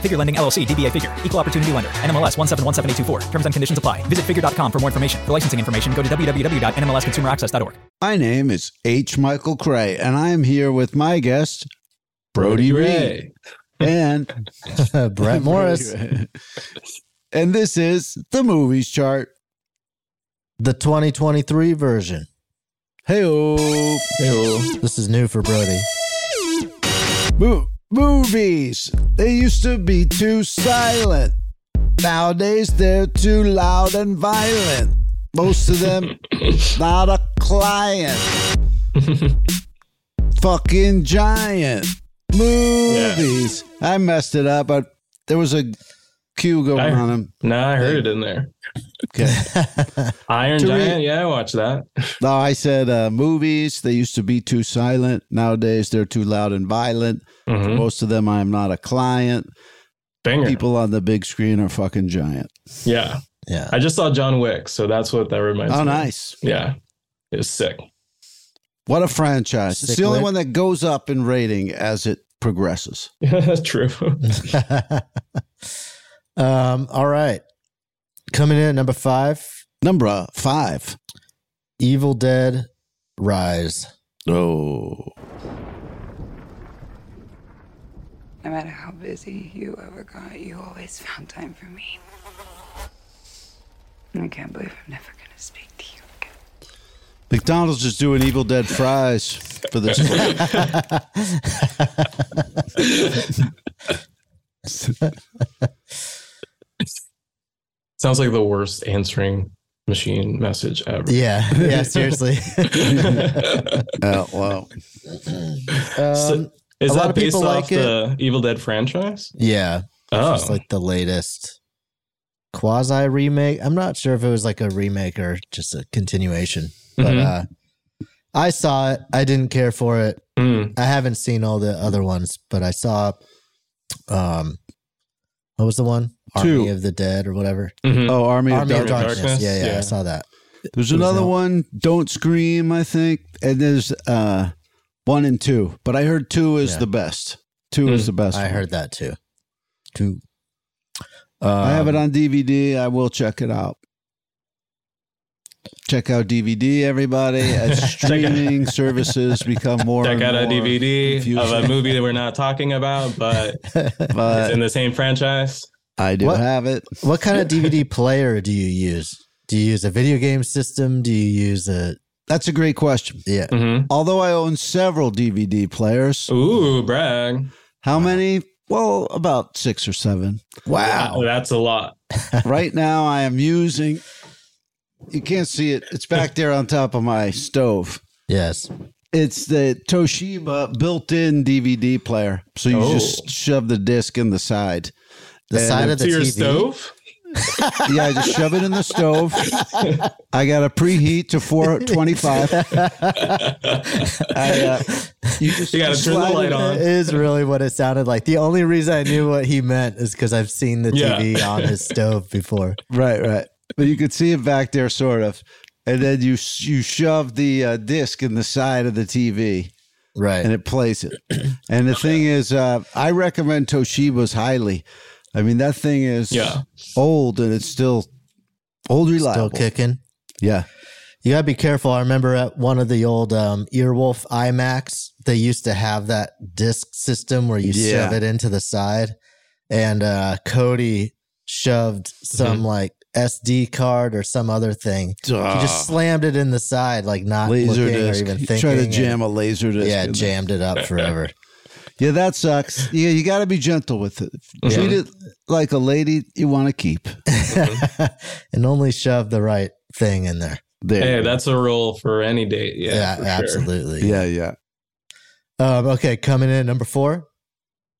Speaker 8: Figure Lending LLC, DBA Figure, Equal Opportunity Lender, NMLS 1717824. Terms and conditions apply. Visit figure.com for more information. For licensing information, go to www.nmlsconsumeraccess.org.
Speaker 3: My name is H. Michael Cray, and I am here with my guest, Brody Reed, and
Speaker 4: Brett Morris.
Speaker 3: and this is the movies chart.
Speaker 4: The 2023 version.
Speaker 3: Hey,
Speaker 4: This is new for Brody.
Speaker 3: Mo- movies. They used to be too silent. Nowadays, they're too loud and violent. Most of them, not a client. Fucking giant movies. I messed it up, but there was a cue going on. Him.
Speaker 5: No, I heard it in there.
Speaker 3: Okay.
Speaker 5: Iron
Speaker 3: To
Speaker 5: Giant.
Speaker 3: read-
Speaker 5: yeah, I watched that.
Speaker 3: No, I said uh, movies. They used to be too silent. Nowadays, they're too loud and violent. For
Speaker 5: Mhm.
Speaker 3: most of them, I'm not a client.
Speaker 5: Banger.
Speaker 3: People on the big screen are fucking giant.
Speaker 5: Yeah.
Speaker 4: Yeah.
Speaker 5: I just saw John Wick, so that's what that reminds me.
Speaker 3: Oh,
Speaker 5: of.
Speaker 3: nice.
Speaker 5: Yeah. It was sick.
Speaker 3: What a franchise. it's the
Speaker 5: Stick
Speaker 3: only
Speaker 5: with-
Speaker 3: one that goes up in rating as it progresses.
Speaker 5: Yeah, that's true.
Speaker 4: Um, all right. Coming in at number five.
Speaker 3: Number uh, five.
Speaker 4: Evil Dead Rise.
Speaker 3: Oh.
Speaker 9: No matter how busy you ever got, you always found time for me. I can't believe I'm never gonna speak to you.
Speaker 3: McDonald's is doing Evil Dead fries for this. Uh,
Speaker 5: Sounds like the worst answering machine message ever.
Speaker 4: Yeah. Yeah, seriously.
Speaker 3: Um, oh, wow.
Speaker 5: So,
Speaker 4: um,
Speaker 5: is
Speaker 4: a lot
Speaker 5: that
Speaker 4: of
Speaker 5: based
Speaker 4: people
Speaker 5: off
Speaker 4: like it.
Speaker 5: the Evil Dead franchise?
Speaker 4: Yeah. It's
Speaker 5: Oh.
Speaker 4: just like the latest quasi remake. I'm not sure if it was like a remake or just a continuation. But
Speaker 5: Mhm.
Speaker 4: uh
Speaker 3: Mm-hmm.
Speaker 4: I saw it. I didn't care for it.
Speaker 5: Mm.
Speaker 4: I haven't seen all the other ones, but I saw um what was the one?
Speaker 3: Two.
Speaker 4: Army of the Dead or whatever.
Speaker 5: hmm.
Speaker 3: Oh, Army,
Speaker 4: Army
Speaker 3: of,
Speaker 4: of
Speaker 3: Darkness.
Speaker 4: Darkness. Yeah, yeah, I Yeah. saw that.
Speaker 3: There's
Speaker 4: It was
Speaker 3: another
Speaker 4: out.
Speaker 3: one, Don't Scream, I think. And there's uh, one and two. But I heard two is
Speaker 4: Yeah.
Speaker 3: the best. Two is the best.
Speaker 4: I
Speaker 3: one.
Speaker 4: heard that too. Two.
Speaker 3: I have it
Speaker 4: Um,
Speaker 3: on DVD. I will check it out. Check out DVD, everybody. As streaming services become more.
Speaker 5: Check
Speaker 3: and
Speaker 5: out a
Speaker 3: more
Speaker 5: DVD of a
Speaker 3: confusing.
Speaker 5: movie that we're not talking about, but
Speaker 3: But-
Speaker 5: it's in the same franchise.
Speaker 3: I do
Speaker 4: What-
Speaker 3: have it.
Speaker 4: What kind of DVD player do you use? Do you use a video game system? Do you use a
Speaker 3: That's a great question.
Speaker 4: yeah?
Speaker 3: Although I own several DVD players.
Speaker 5: Mm-hmm. Ooh, brag.
Speaker 3: How many? Well, about six or seven.
Speaker 5: Oh, that's a lot.
Speaker 3: right now, I am using. You can't see it. It's back there on top of my stove.
Speaker 4: Yes.
Speaker 3: It's the Toshiba built-in DVD player, so you
Speaker 5: Oh.
Speaker 3: just shove the disc in the side.
Speaker 4: The
Speaker 3: And
Speaker 4: side of the
Speaker 5: to your
Speaker 4: TV.
Speaker 5: stove?
Speaker 3: yeah, I just shove it in the stove. I got a preheat to 425. I, uh, you just
Speaker 5: You gotta turn the
Speaker 3: slide
Speaker 5: light
Speaker 3: it-
Speaker 5: on.
Speaker 4: Is really what it sounded like. The only reason I knew what he meant is because I've seen the
Speaker 5: Yeah.
Speaker 4: TV on his stove before.
Speaker 3: Right, right. But you could see it back there, sort of. And then you you shove the uh, disc in the side of the TV,
Speaker 4: Right.
Speaker 3: and it plays it. And the thing is, uh, I recommend Toshiba's highly. I mean, that thing is
Speaker 5: Yeah.
Speaker 3: old, and it's still old reliable.
Speaker 4: Still kicking.
Speaker 3: Yeah.
Speaker 4: You gotta be careful. I remember at one of the old um, Earwolf IMAX, they used to have that disc system where you
Speaker 3: Yeah.
Speaker 4: shove it into the side, and uh, Cody shoved some
Speaker 3: Mm-hmm.
Speaker 4: like SD card or some other thing. He just slammed it in the side, like not
Speaker 3: Ah. Laser
Speaker 4: looking
Speaker 3: disc.
Speaker 4: or even
Speaker 3: Uh, You
Speaker 4: thinking.
Speaker 3: Try to
Speaker 4: and-
Speaker 3: jam a laser disc.
Speaker 4: yeah,
Speaker 3: in there.
Speaker 4: jammed it up forever.
Speaker 3: Yeah, that sucks. Yeah, you got to be gentle with it. Treat it like a lady you want to keep. Uh-huh.
Speaker 4: and only shove the right thing in there.
Speaker 3: There.
Speaker 5: Hey, that's a rule for any date. Yeah,
Speaker 4: Yeah,
Speaker 5: for sure.
Speaker 4: absolutely.
Speaker 3: Yeah, yeah.
Speaker 4: Um, okay, coming in at number four.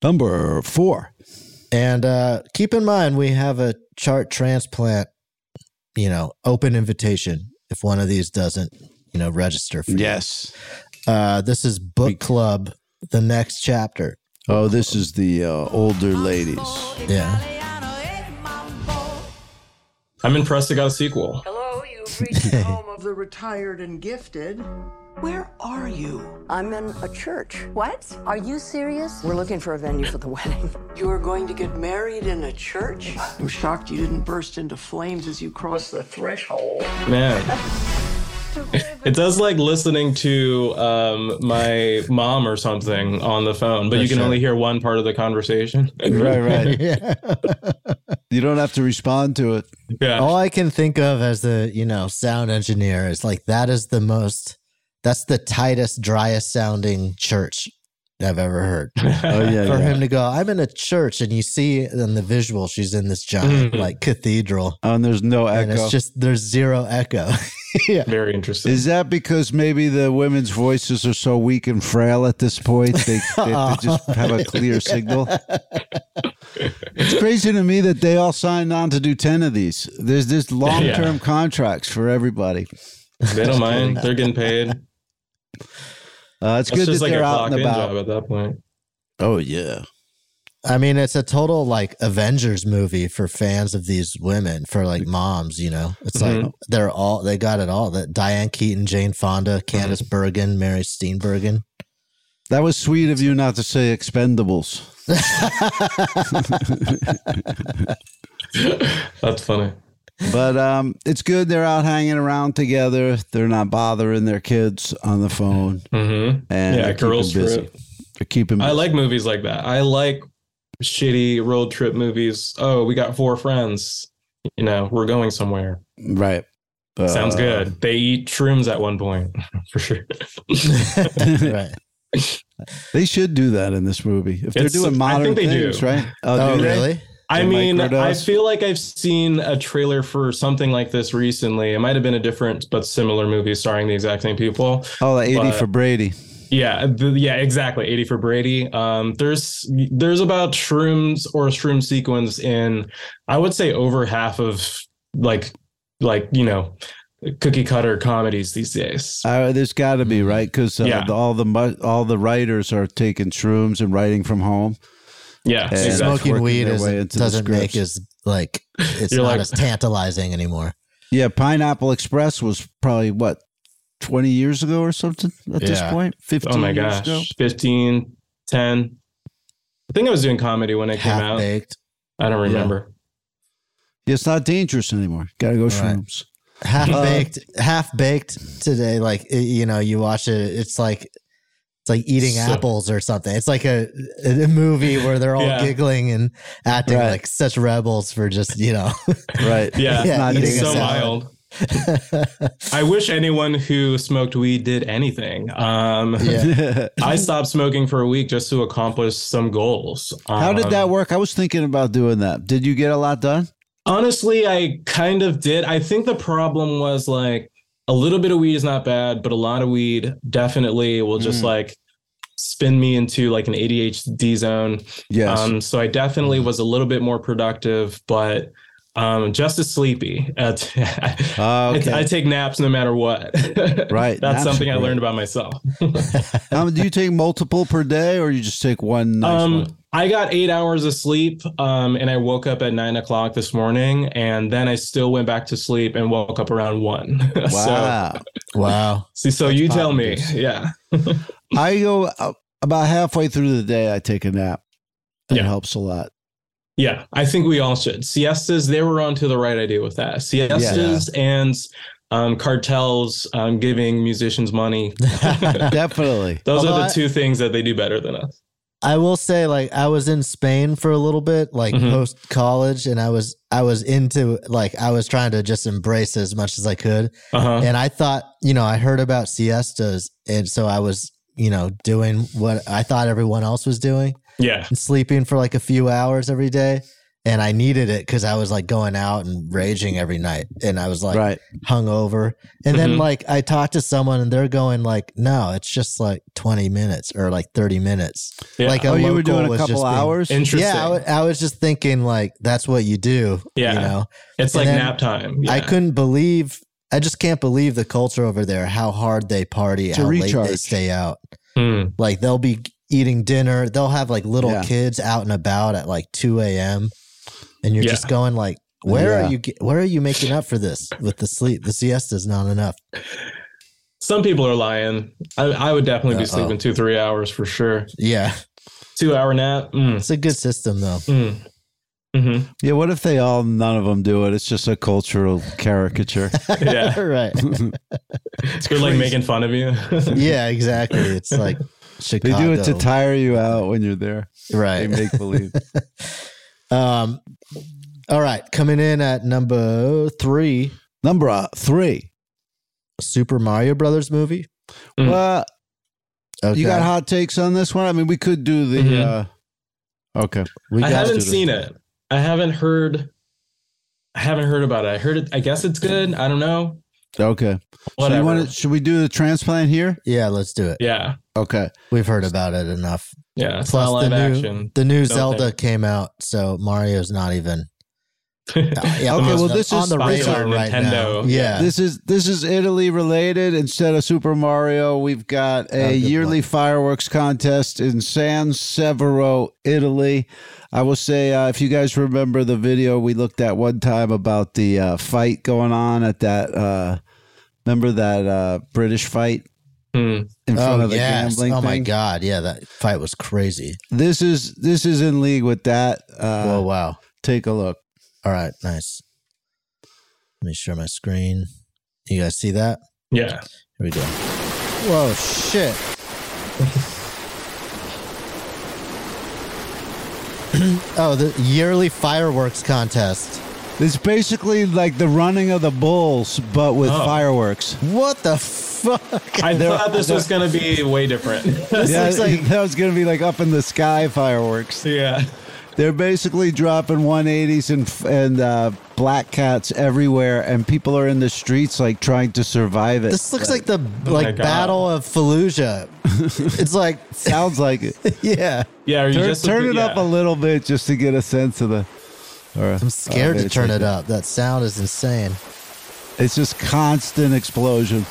Speaker 3: Number four.
Speaker 4: And uh, keep in mind, we have a chart transplant, you know, open invitation if one of these doesn't, you know, register for you.
Speaker 3: Yes.
Speaker 4: Uh, this is Book Club, the next chapter.
Speaker 3: Oh, this is the uh, older ladies.
Speaker 4: Yeah.
Speaker 5: I'm impressed it got a sequel.
Speaker 10: Hello, you've reached the home of the retired and gifted. Where are you?
Speaker 11: I'm in a church.
Speaker 10: What?
Speaker 11: Are you serious? We're looking for a venue for the wedding.
Speaker 10: You are going to get married in a church? I'm shocked you didn't burst into flames as you crossed the threshold.
Speaker 5: Man. It does like listening to um, my mom or something on the phone, but
Speaker 3: Oh,
Speaker 5: you can
Speaker 3: shit.
Speaker 5: only hear one part of the conversation.
Speaker 3: Right, right. you don't have to respond to it.
Speaker 4: All I can think of as the, you know, sound engineer is like that is the most that's the tightest, driest sounding church I've ever heard.
Speaker 3: Oh, yeah, yeah.
Speaker 4: For him to go, I'm in a church and you see in the visual she's in this giant
Speaker 3: Mhm.
Speaker 4: like cathedral.
Speaker 3: Oh, and there's no echo.
Speaker 4: And it's just there's zero echo. yeah.
Speaker 5: Very interesting.
Speaker 3: Is that because maybe the women's voices are so weak and frail at this point? They, they have to just have a clear signal. It's crazy to me that they all signed on to do ten of these. There's this long term contracts for everybody.
Speaker 5: They don't mind. They're getting paid.
Speaker 3: Uh, it's
Speaker 5: That's
Speaker 3: good that
Speaker 5: just like
Speaker 3: they're
Speaker 5: a
Speaker 3: out and
Speaker 5: clock-in
Speaker 3: about.
Speaker 5: job at that point.
Speaker 3: Oh yeah.
Speaker 4: I mean, it's a total like Avengers movie for fans of these women, for
Speaker 3: Mm-hmm.
Speaker 4: like moms, you know. It's
Speaker 3: Mhm.
Speaker 5: Mm-hmm.
Speaker 4: like they're all they got it all. That Diane Keaton, Jane Fonda,
Speaker 3: Mm-hmm.
Speaker 4: Candace Bergen, Mary Steenburgen.
Speaker 3: That was sweet of you not to say expendables.
Speaker 5: That's funny.
Speaker 3: But um, it's good they're out hanging around together. They're not bothering their kids on the phone.
Speaker 5: Mm-hmm.
Speaker 3: And
Speaker 5: Yeah,
Speaker 3: they're keeping
Speaker 5: girls for
Speaker 3: busy.
Speaker 5: it.
Speaker 3: They're keeping
Speaker 5: I like movies like that. I like shitty road trip movies. Oh, we got four friends. You know, we're going somewhere.
Speaker 3: Right.
Speaker 5: Sounds
Speaker 3: Uh,
Speaker 5: good. They eat shrooms at one point, for sure.
Speaker 3: Oh,
Speaker 4: right.
Speaker 3: They should do that in this movie. If they're
Speaker 5: It's-
Speaker 3: doing
Speaker 5: I
Speaker 3: modern
Speaker 5: think they do.
Speaker 3: things, right?
Speaker 4: Oh,
Speaker 3: do they?
Speaker 4: really?
Speaker 5: I
Speaker 3: They
Speaker 5: mean, I
Speaker 3: microdose?
Speaker 5: feel like I've seen a trailer for something like this recently. It might have been a different but similar movie starring the exact same people.
Speaker 3: Oh, the 80
Speaker 5: but-
Speaker 3: for Brady.
Speaker 5: Yeah, th- yeah, exactly. 80 for Brady. Um, there's there's about shrooms or shroom sequence in I would say over half of like like, you know, cookie cutter comedies these days.
Speaker 3: Uh, there's got to be right because uh,
Speaker 5: Yeah.
Speaker 3: the- all the mu- all the writers are taking shrooms and writing from home.
Speaker 5: Yeah,
Speaker 3: And it's
Speaker 4: Smoking
Speaker 3: working
Speaker 4: weed
Speaker 3: their
Speaker 4: isn't-
Speaker 3: way into the
Speaker 4: doesn't make
Speaker 3: scripts.
Speaker 4: as like it's
Speaker 3: You're
Speaker 4: not
Speaker 3: like-
Speaker 4: as tantalizing anymore.
Speaker 3: Yeah, Pineapple Express was probably what twenty years ago or something at this
Speaker 5: Yeah.
Speaker 3: point. Fifteen
Speaker 5: oh my
Speaker 3: years
Speaker 5: gosh.
Speaker 3: ago.
Speaker 5: 15, 10. I think I was doing comedy when it came out.
Speaker 4: Half-baked.
Speaker 5: I don't
Speaker 3: Yeah.
Speaker 5: remember.
Speaker 3: Yeah, It's not dangerous anymore. Got to go shrooms.
Speaker 4: half
Speaker 3: Uh,
Speaker 4: baked half baked today like i- you know you watch it it's like it's like eating
Speaker 3: So-
Speaker 4: apples or something it's like a, a movie where they're all
Speaker 3: Yeah.
Speaker 4: giggling and acting
Speaker 3: Right.
Speaker 4: like such rebels for just you know
Speaker 3: Right.
Speaker 5: Yeah,
Speaker 4: Yeah,
Speaker 5: it's
Speaker 4: eating a
Speaker 5: so
Speaker 4: salad.
Speaker 5: mild. I wish anyone who smoked weed did anything. Um,
Speaker 3: Yeah.
Speaker 5: I stopped smoking for a week just to accomplish some goals.
Speaker 3: How did
Speaker 5: Um,
Speaker 3: that work? I was thinking about doing that. Did you get a lot done?
Speaker 5: Honestly, I kind of did. I think the problem was like a little bit of weed is not bad, but a lot of weed definitely will just
Speaker 3: Mm.
Speaker 5: like spin me into like an ADHD zone.
Speaker 3: Yes. Mm.
Speaker 5: Um, so I definitely was a little bit more productive, but um, just as sleepy. Uh, t- I-
Speaker 3: Ah, okay.
Speaker 5: I, take naps no matter what.
Speaker 3: Right,
Speaker 5: That's
Speaker 3: naps are
Speaker 5: something I
Speaker 3: great.
Speaker 5: learned about myself.
Speaker 3: Um, do you take multiple per day, or you just take one? Nice
Speaker 5: um,
Speaker 3: one?
Speaker 5: I got eight hours of sleep, um, and I woke up at nine o'clock this morning, and then I still went back to sleep and woke up around one.
Speaker 3: Wow.
Speaker 4: wow.
Speaker 5: So, so you tell me,
Speaker 3: poppin',
Speaker 5: yeah.
Speaker 3: I go uh, about halfway through the day. I take a nap. It helps a lot.
Speaker 5: Yeah, I think we all should. Siestas, they were onto the right idea with that. Siestas and um, cartels um, giving musicians money.
Speaker 3: Definitely.
Speaker 5: Those
Speaker 4: Although
Speaker 5: are
Speaker 4: I-
Speaker 5: the two things that they do better than us.
Speaker 4: I will say, like, I was in Spain for a little bit, like
Speaker 3: Mm-hmm.
Speaker 5: Mhm.
Speaker 4: post college, and I was I was into like I was trying to just embrace it as much as I could,
Speaker 5: Uh-huh.
Speaker 4: and I thought, you know, I heard about siestas, and so I was, you know, doing what I thought everyone else was doing,
Speaker 5: Yeah.
Speaker 4: and sleeping for like a few hours every day, and I needed it because I was like going out and raging every night, and I was like
Speaker 3: Right.
Speaker 4: hungover, and then
Speaker 3: Mhm.
Speaker 4: like I talked to someone, and they're going like, no, it's just like twenty minutes or like thirty minutes.
Speaker 3: Yeah.
Speaker 4: Like a
Speaker 3: Oh, you were
Speaker 4: local
Speaker 3: doing a
Speaker 4: was just
Speaker 3: couple
Speaker 4: being-
Speaker 3: hours? Interesting.
Speaker 4: Yeah, I wa- I was just thinking like that's what you do.
Speaker 5: Yeah.
Speaker 4: you know,
Speaker 5: It's
Speaker 4: And
Speaker 5: like
Speaker 4: then
Speaker 5: nap time.
Speaker 4: I
Speaker 5: Yeah.
Speaker 4: couldn't believe. I just can't believe the culture over there. How hard they party,
Speaker 3: To
Speaker 4: how late they
Speaker 3: recharge.
Speaker 4: stay out. Like they'll be eating dinner. They'll have like little
Speaker 3: Yeah.
Speaker 4: kids out and about at like two a.m. And you're
Speaker 3: Yeah.
Speaker 4: just going like, where
Speaker 3: Yeah.
Speaker 4: are you? ge- Where are you making up for this with the sleep? The siesta's not enough.
Speaker 5: Some people are lying. I, I would definitely be
Speaker 4: Uh-oh.
Speaker 5: sleeping two, three hours for sure.
Speaker 4: Yeah.
Speaker 5: Two hour nap. Mm.
Speaker 4: It's a good system, though.
Speaker 5: Mm-hmm.
Speaker 3: Yeah, what if they all, none of them do it? It's just a cultural caricature.
Speaker 5: Yeah.
Speaker 4: right.
Speaker 5: They're like
Speaker 3: crazy.
Speaker 5: making fun of you.
Speaker 4: yeah, exactly. It's like Chicago.
Speaker 3: They do it to tire you out when you're there.
Speaker 4: Right.
Speaker 3: They make believe.
Speaker 4: Um, all right, coming in at number three.
Speaker 3: Number uh, three,
Speaker 4: Super Mario Brothers movie.
Speaker 5: Mm.
Speaker 3: Well,
Speaker 4: Okay.
Speaker 3: you got hot takes on this one? I mean, we could do the.
Speaker 5: Mhm.
Speaker 3: Uh, okay.
Speaker 5: I haven't seen it. I haven't heard. I haven't heard about it. I heard it. I guess it's good. I don't know.
Speaker 3: Okay. So
Speaker 5: Whatever.
Speaker 3: you wanna, should we do the transplant here?
Speaker 4: Yeah, let's do it.
Speaker 5: Yeah.
Speaker 3: Okay.
Speaker 4: We've heard about it enough.
Speaker 5: Yeah. It's
Speaker 4: Plus,
Speaker 5: not live
Speaker 4: the new
Speaker 5: action.
Speaker 4: the new
Speaker 5: Don't
Speaker 4: Zelda
Speaker 5: think.
Speaker 4: came out, so Mario's not even. uh, yeah,
Speaker 3: okay,
Speaker 4: on
Speaker 3: well
Speaker 4: the-
Speaker 3: this
Speaker 4: on
Speaker 3: is
Speaker 4: the radar right now. Yeah,
Speaker 3: This is this is Italy related. Instead of Super Mario, we've got a, yearly fireworks contest in San Severo, Italy. I will say, uh, if you guys remember the video we looked at one time about the uh, fight going on at that, uh, remember that uh, British fight
Speaker 5: Hmm.
Speaker 3: in front
Speaker 4: oh,
Speaker 3: of the
Speaker 4: yes.
Speaker 3: gambling.
Speaker 4: Oh my
Speaker 3: thing?
Speaker 4: god, yeah, that fight was crazy.
Speaker 3: This is this is in league with that. Uh,
Speaker 4: oh wow.
Speaker 3: Take a look.
Speaker 4: All right, nice. Let me share my screen. You guys see that? Here
Speaker 5: Yeah.
Speaker 4: we go. Whoa, shit. oh, the yearly fireworks contest.
Speaker 3: It's basically like the running of the bulls, but with
Speaker 5: Oh.
Speaker 3: fireworks.
Speaker 4: What the fuck?
Speaker 5: I
Speaker 3: They're-
Speaker 5: thought this
Speaker 3: they're-
Speaker 5: was going to be way different.
Speaker 3: yeah,
Speaker 4: looks like-
Speaker 3: that was gonna be like up in the sky fireworks.
Speaker 5: yeah.
Speaker 3: They're basically dropping 180s and and uh, black cats everywhere, and people are in the streets like trying to survive it.
Speaker 4: This looks like the
Speaker 5: Oh my
Speaker 4: like
Speaker 5: God.
Speaker 4: Battle of Fallujah. it's like,
Speaker 3: sounds like it.
Speaker 4: yeah.
Speaker 5: Yeah. Are you
Speaker 3: Turn,
Speaker 5: just
Speaker 3: turn it up a
Speaker 5: yeah.
Speaker 3: little bit just to get a sense of the. Or,
Speaker 4: I'm scared to turn it up. That sound is insane.
Speaker 3: It's just constant explosion.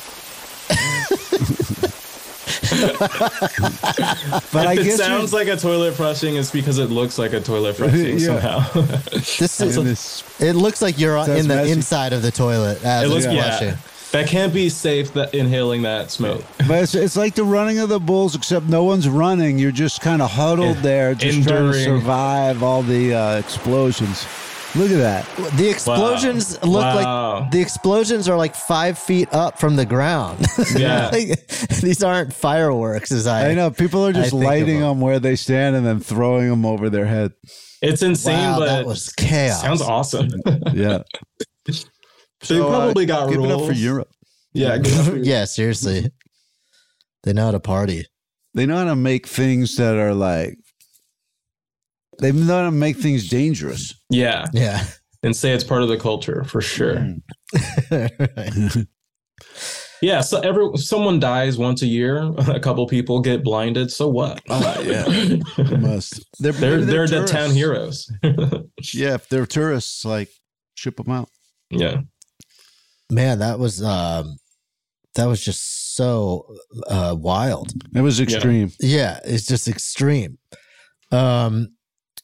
Speaker 3: but I guess
Speaker 5: if it
Speaker 3: you-
Speaker 5: sounds like a toilet flushing, it's because it looks like a toilet flushing
Speaker 3: Yeah.
Speaker 5: somehow.
Speaker 4: This is
Speaker 3: And it's-
Speaker 4: it looks like you're
Speaker 3: Sounds
Speaker 4: in the
Speaker 3: messy.
Speaker 4: inside of the toilet as
Speaker 5: it
Speaker 4: it's
Speaker 5: looks
Speaker 4: flushing.
Speaker 5: yeah. That can't be safe. That inhaling that smoke.
Speaker 3: But it's, it's like the running of the bulls, except no one's running. You're just kind of huddled
Speaker 5: Yeah.
Speaker 3: there, just trying to
Speaker 5: Enduring.
Speaker 3: survive all the uh, explosions. Look at that.
Speaker 4: The explosions look
Speaker 5: Wow.
Speaker 4: like the explosions are like five feet up from the ground.
Speaker 5: Yeah.
Speaker 4: Like, these aren't fireworks, as I,
Speaker 3: I know people are
Speaker 4: I
Speaker 3: just
Speaker 4: think of
Speaker 3: lighting
Speaker 4: them.
Speaker 3: them where they stand and then throwing them over their head.
Speaker 5: It's insane,
Speaker 4: Wow,
Speaker 5: but
Speaker 4: that was chaos.
Speaker 5: sounds awesome.
Speaker 3: Yeah,
Speaker 5: they probably got
Speaker 3: uh, give
Speaker 5: rules.
Speaker 3: it up for Europe.
Speaker 5: Yeah. give it up for Europe.
Speaker 4: yeah, seriously. They know how to party.
Speaker 3: They know how to make things that are like. They know how to make things dangerous.
Speaker 5: Yeah.
Speaker 4: Yeah.
Speaker 5: And say it's part of the culture for
Speaker 3: Hmm.
Speaker 5: sure. Yeah. So every someone dies once a year. A couple people get blinded. So what?
Speaker 3: Oh, yeah, must. They're
Speaker 5: They're they're the
Speaker 3: tourists.
Speaker 5: town heroes.
Speaker 3: Yeah, if they're tourists, like ship them out.
Speaker 5: yeah.
Speaker 4: Man, that was um that was just so uh wild.
Speaker 3: It was extreme.
Speaker 4: Yeah, it's just extreme. Um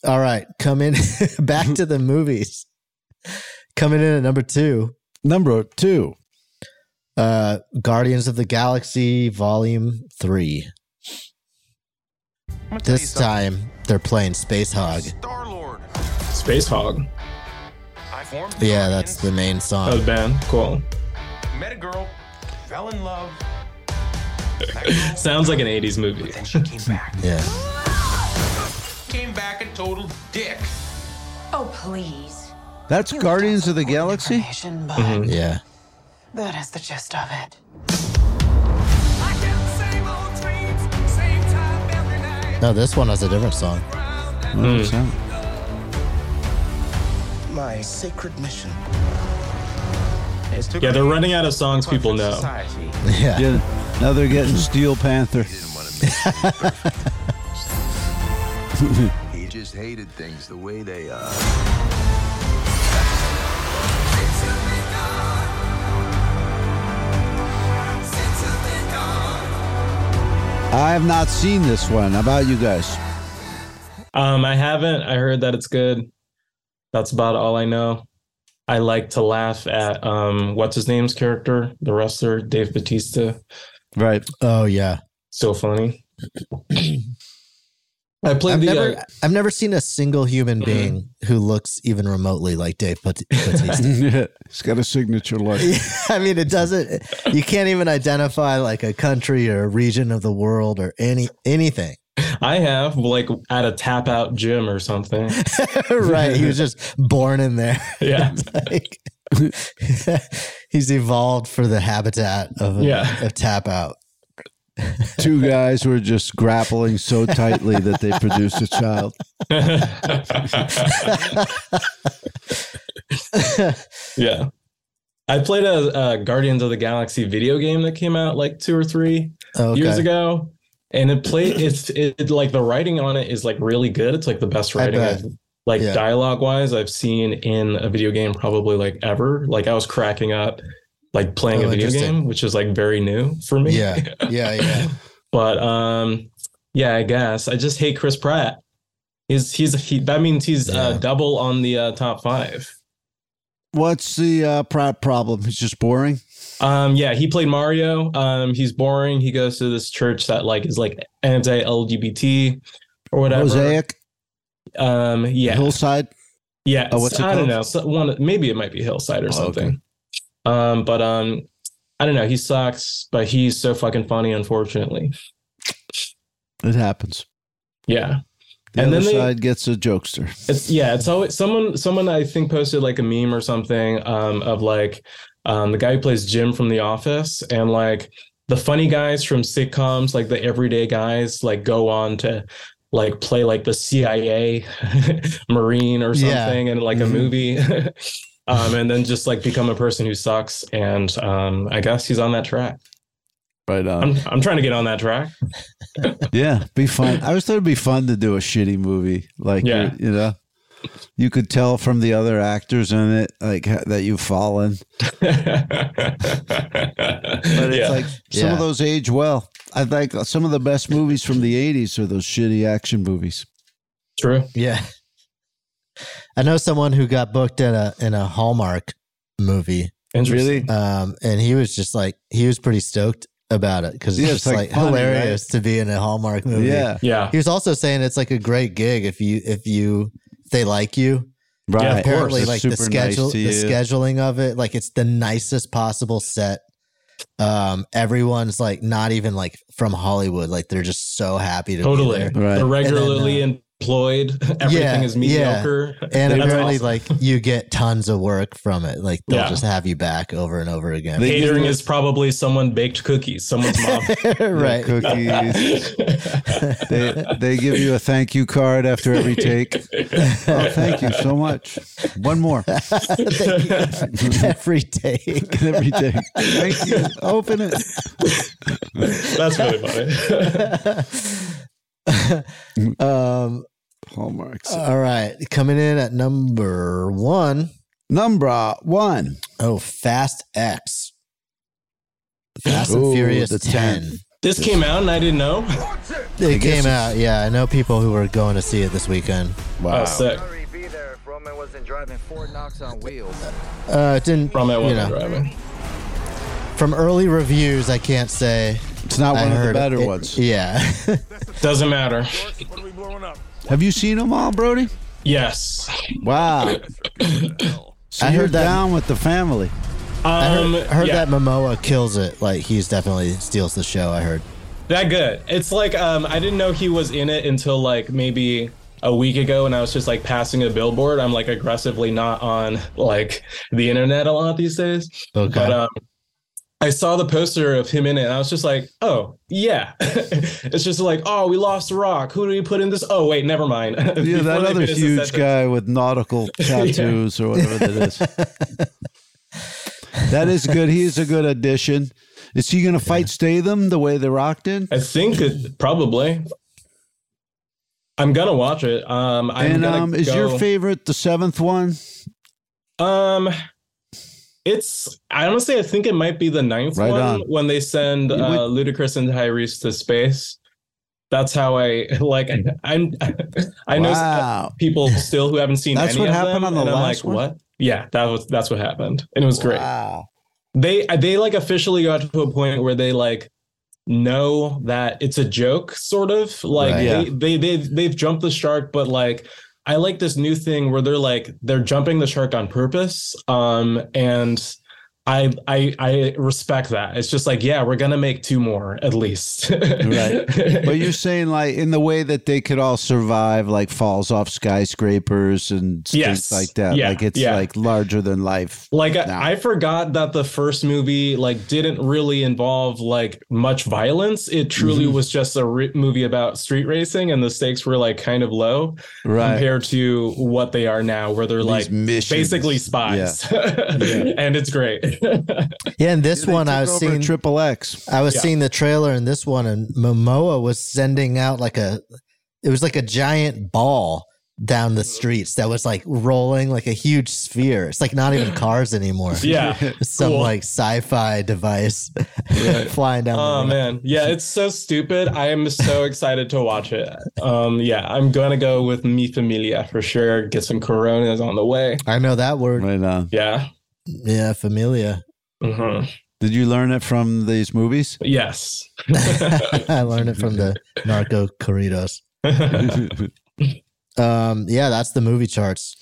Speaker 4: all right, come in back to the movies. Coming in at number two,
Speaker 3: Number two.
Speaker 4: uh Guardians of the Galaxy Volume Three. This time they're playing Space Hog.
Speaker 7: Star Lord.
Speaker 5: Space Hog.
Speaker 7: I formed. the
Speaker 4: Yeah,
Speaker 7: Guardians,
Speaker 4: that's the main
Speaker 5: That was
Speaker 4: song.
Speaker 5: bad. Cool.
Speaker 7: Met a girl, fell in love.
Speaker 5: Sounds like an 80s movie.
Speaker 7: Then she came back.
Speaker 4: Yeah.
Speaker 7: Came back a total dick.
Speaker 11: Oh, please.
Speaker 3: That's Guardians of the Galaxy.
Speaker 11: Information, but
Speaker 4: Yeah.
Speaker 11: that is the gist of it.
Speaker 4: No, this one has a different song.
Speaker 7: My sacred mission.
Speaker 5: Yeah, they're running out of songs people know.
Speaker 7: Society.
Speaker 4: Yeah.
Speaker 3: Yeah. Now they're getting Steel Panther.
Speaker 12: He just hated things the way they are.
Speaker 3: I have not seen this one. How about you guys?
Speaker 5: Um, I haven't. I heard that it's good. That's about all I know. I like to laugh at um, what's his name's character, the wrestler Dave Batista.
Speaker 3: Right.
Speaker 4: Oh yeah.
Speaker 5: So funny. I played
Speaker 4: I've
Speaker 5: the.
Speaker 4: never,
Speaker 5: uh, Mm-hmm.
Speaker 4: I've never seen a single human being who looks even remotely like Dave Bat- Batista.
Speaker 3: it's got a signature look.
Speaker 4: I mean, it doesn't. You can't even identify like a country or a region of the world or any anything.
Speaker 5: I have like at a tap out gym or something.
Speaker 4: right? He was just born in there.
Speaker 5: Yeah.
Speaker 4: Like, he's evolved for the habitat of a,
Speaker 3: Yeah.
Speaker 4: of tap out.
Speaker 3: Two guys were just grappling so tightly that they produced a child.
Speaker 5: yeah. I played a, a Guardians of the Galaxy video game that came out like two or three
Speaker 4: Okay.
Speaker 5: years ago, and it played. It's it, it, like the writing on it is like really good. It's like the best
Speaker 4: I
Speaker 5: writing,
Speaker 4: bet.
Speaker 5: I've, like
Speaker 4: Yeah.
Speaker 5: dialogue wise, I've seen in a video game probably like ever. Like I was cracking up, like playing
Speaker 4: Oh,
Speaker 5: a video
Speaker 4: interesting.
Speaker 5: game, which is like very new for me.
Speaker 4: Yeah, yeah, yeah.
Speaker 5: But um, yeah, I guess I just hate Chris Pratt. He's he's he, that means he's uh, double on the uh, top five.
Speaker 3: What's the uh, pro- problem? It's just boring.
Speaker 5: Um, yeah, he played Mario. Um, he's boring. He goes to this church that like is like anti-LGBT or whatever.
Speaker 3: Mosaic?
Speaker 5: Um, yeah,
Speaker 3: Hillside.
Speaker 5: Yeah,
Speaker 3: Oh, what's it
Speaker 5: I don't
Speaker 3: called?
Speaker 5: know. So- One, maybe it might be Hillside
Speaker 3: Oh,
Speaker 5: or
Speaker 3: okay.
Speaker 5: something. Um, but um, I don't know. He sucks, but he's so fucking funny. Unfortunately,
Speaker 3: It happens.
Speaker 5: yeah.
Speaker 3: The
Speaker 5: And
Speaker 3: other
Speaker 5: then they-
Speaker 3: side gets a jokester.
Speaker 5: It's yeah, it's always someone someone I think posted like a meme or something um of like um the guy who plays Jim from The Office and like the funny guys from sitcoms, like the everyday guys, like go on to like play like the CIA Marine or
Speaker 4: Yeah.
Speaker 5: something in like a
Speaker 3: Mm-hmm.
Speaker 4: Mhm.
Speaker 5: movie. um and then just like become a person who sucks and um I guess he's on that track.
Speaker 3: Right on.
Speaker 5: I'm I'm trying to get on that track.
Speaker 3: yeah, um, be fun. I was thought it'd be fun to do a shitty movie. Like,
Speaker 5: Yeah.
Speaker 3: you, you know, you could tell from the other actors in it, like ha- that you've fallen.
Speaker 5: but
Speaker 3: it's like Some
Speaker 4: Yeah.
Speaker 3: of those age well. I think some of the best movies from the '80s are those shitty action movies.
Speaker 5: True.
Speaker 4: Yeah. I know someone who got booked in a in a Hallmark movie.
Speaker 5: Interesting.
Speaker 4: Um, and he was just like he was pretty stoked about it because it's
Speaker 3: Yeah, it's
Speaker 4: just
Speaker 3: like
Speaker 4: like,
Speaker 3: funny,
Speaker 4: hilarious to be in a Hallmark movie.
Speaker 3: Yeah.
Speaker 5: Yeah.
Speaker 4: He was also saying it's like a great gig if you if you if they like you.
Speaker 3: Right. Yeah, of course.
Speaker 4: Apparently,
Speaker 3: It's
Speaker 4: like the
Speaker 3: super nice
Speaker 4: schedule
Speaker 3: to
Speaker 4: the
Speaker 3: you.
Speaker 4: scheduling of it, like it's the nicest possible set. Um, everyone's like not even like from Hollywood, like they're just so happy to
Speaker 5: Totally.
Speaker 4: be there.
Speaker 3: Right.
Speaker 5: They're
Speaker 4: And then, uh,
Speaker 5: regularly employed. Everything
Speaker 4: yeah,
Speaker 5: is
Speaker 4: yeah.
Speaker 5: mediocre.
Speaker 4: And
Speaker 5: That's
Speaker 4: apparently,
Speaker 5: awesome.
Speaker 4: like you get tons of work from it. Like they'll
Speaker 5: Yeah.
Speaker 4: just have you back over and over again.
Speaker 3: They
Speaker 5: catering
Speaker 3: do-
Speaker 5: is probably someone baked cookies, someone's mom.
Speaker 4: right?
Speaker 3: Cookies. they they give you a thank you card after every take. Oh, thank you so much. One more.
Speaker 4: Thank you. every day.
Speaker 3: every take. Thank you. Open it.
Speaker 5: That's really funny.
Speaker 4: Um,
Speaker 3: Hallmarks.
Speaker 4: all right, coming in at number one.
Speaker 3: Number one.
Speaker 4: Oh, Fast X. Fast and
Speaker 3: Ooh,
Speaker 4: Furious
Speaker 3: the
Speaker 4: 10.
Speaker 3: tenth.
Speaker 5: this came out and I didn't know.
Speaker 4: It
Speaker 3: I guess
Speaker 4: came
Speaker 3: it's-
Speaker 4: out, yeah. I know people who were going to see it this weekend.
Speaker 5: Oh, sick.
Speaker 12: Be there if Roman wasn't driving Ford Knox on wheels.
Speaker 4: Uh, it didn't.
Speaker 5: From it
Speaker 4: you
Speaker 5: wasn't
Speaker 4: know,
Speaker 5: driving.
Speaker 4: from early reviews, I can't say.
Speaker 3: It's not
Speaker 4: I
Speaker 3: one of the
Speaker 4: heard
Speaker 3: better
Speaker 4: it-
Speaker 3: ones.
Speaker 4: Yeah.
Speaker 5: Doesn't matter.
Speaker 3: Have you seen them all, Brody?
Speaker 5: Yes.
Speaker 3: Wow. So
Speaker 4: Uh, I
Speaker 3: you're
Speaker 4: heard that-
Speaker 3: down with the family.
Speaker 5: Um,
Speaker 4: I heard, I heard
Speaker 5: yeah,
Speaker 4: that Momoa kills it. Like he's definitely steals the show. I heard.
Speaker 5: That good. It's like um, I didn't know he was in it until like maybe a week ago, and I was just like passing a billboard. I'm like aggressively not on like the internet a lot these days.
Speaker 4: Okay.
Speaker 5: But um, I saw the poster of him in it, and I was just like, "Oh yeah." it's just like, "Oh, we lost Rock. Who do we put in this?" Oh wait, never mind.
Speaker 3: Yeah,
Speaker 5: Before
Speaker 3: that
Speaker 5: they
Speaker 3: other
Speaker 5: finish the
Speaker 3: huge
Speaker 5: sentence.
Speaker 3: guy with nautical tattoos or whatever that is. that is good. He is a good addition. Is he going to fight Statham the way The Rock did?
Speaker 5: I think it probably. I'm gonna watch it. Um, I'm
Speaker 3: and
Speaker 5: gonna
Speaker 3: um, is your
Speaker 5: go-
Speaker 3: favorite the seventh one?
Speaker 5: Um, it's I honestly I think it might be the ninth
Speaker 3: Right
Speaker 5: one
Speaker 3: on.
Speaker 5: when they send
Speaker 3: You
Speaker 5: uh, Ludacris and Tyrese to space. That's how I like. I, I'm I know s-
Speaker 3: Wow.
Speaker 5: people still who haven't seen.
Speaker 3: That's
Speaker 5: any
Speaker 3: what
Speaker 5: of
Speaker 3: happened
Speaker 5: them,
Speaker 3: on the
Speaker 5: and I'm
Speaker 3: last
Speaker 5: like,
Speaker 3: one?
Speaker 5: What? Yeah, that was that's what happened, and it was great. They they like officially got to a point where they like know that it's a joke, sort of like
Speaker 13: Right.
Speaker 5: they,
Speaker 13: Yeah.
Speaker 5: they they've they've jumped the shark, but like I like this new thing where they're like they're jumping the shark on purpose, um, and. I, I I respect that. It's just like, yeah, we're gonna make two more at least.
Speaker 3: right. But you're saying like in the way that they could all survive, like falls off skyscrapers and things
Speaker 5: Yes.
Speaker 3: like that.
Speaker 5: Yeah,
Speaker 3: Like it's
Speaker 5: yeah.
Speaker 3: like larger than life.
Speaker 5: like I, I forgot that the first movie like didn't really involve like much violence it truly was just a re- movie about street racing and the stakes were like kind of low
Speaker 3: Right.
Speaker 5: compared to what they are now where they're like basically spies and it's great
Speaker 4: Yeah, and this one I was
Speaker 5: over
Speaker 4: seeing
Speaker 3: Triple X.
Speaker 4: I was
Speaker 5: Yeah.
Speaker 4: seeing the trailer in this one, and Momoa was sending out like a, it was like a giant ball down
Speaker 5: Mm-hmm.
Speaker 4: the streets that was like rolling like a huge sphere. It's like not even cars anymore.
Speaker 5: Yeah.
Speaker 4: some
Speaker 5: Cool.
Speaker 4: like sci-fi device flying down.
Speaker 5: oh man yeah it's so stupid i am so excited to watch it um yeah i'm gonna go with mi familia for sure get some coronas on the way
Speaker 4: I know that word.
Speaker 3: Right on.
Speaker 5: yeah
Speaker 4: Yeah, familia.
Speaker 5: Mhm.
Speaker 3: Did you learn it from these movies?
Speaker 5: yes
Speaker 4: I learned it from the narco corridos. um, yeah, that's the movie charts.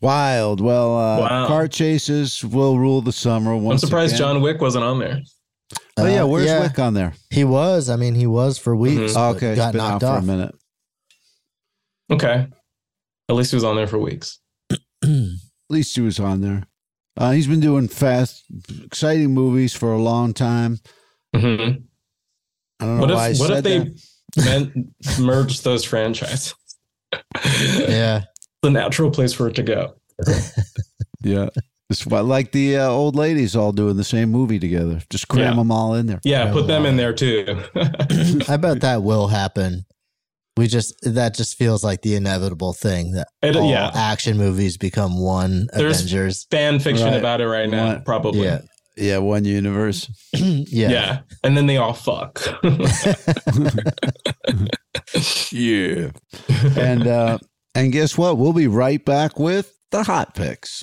Speaker 3: Wild. Well, uh,
Speaker 5: Wow.
Speaker 3: car chases will rule the summer.
Speaker 5: i'm
Speaker 3: Once
Speaker 5: surprised
Speaker 3: again.
Speaker 5: john wick wasn't on there
Speaker 3: Oh yeah, where's
Speaker 4: Uh, yeah.
Speaker 3: Wick on there? Oh,
Speaker 4: He was. I mean, he was for weeks. but
Speaker 3: Okay,
Speaker 4: got
Speaker 3: got been
Speaker 4: knocked
Speaker 3: out
Speaker 4: off.
Speaker 3: for a minute.
Speaker 5: Okay. At least he was on there for weeks.
Speaker 3: At least he was on there. Uh, he's been doing fast, exciting movies for a long time.
Speaker 5: Mm-hmm.
Speaker 3: I don't know
Speaker 5: What
Speaker 3: why
Speaker 5: if
Speaker 3: I
Speaker 5: what if
Speaker 3: said
Speaker 5: they
Speaker 3: that.
Speaker 5: meant merged those franchises?
Speaker 4: Yeah.
Speaker 5: The natural place for it to go.
Speaker 3: Yeah, it's why- like the uh, old ladies all doing the same movie together. Just cram
Speaker 5: Yeah.
Speaker 3: them all in there.
Speaker 5: Yeah, put them in there too.
Speaker 4: I bet that will happen. We just that just feels like the inevitable thing that
Speaker 5: It-
Speaker 4: all
Speaker 5: yeah.
Speaker 3: Oh.
Speaker 4: action movies become one
Speaker 5: There's
Speaker 4: Avengers.
Speaker 5: fan fiction
Speaker 3: Right.
Speaker 5: about it right now,
Speaker 3: One-
Speaker 5: probably.
Speaker 3: Yeah, yeah, one universe.
Speaker 4: Yeah.
Speaker 5: Yeah. And then they all fuck.
Speaker 3: yeah, and uh, and guess what? We'll be right back with the hot picks.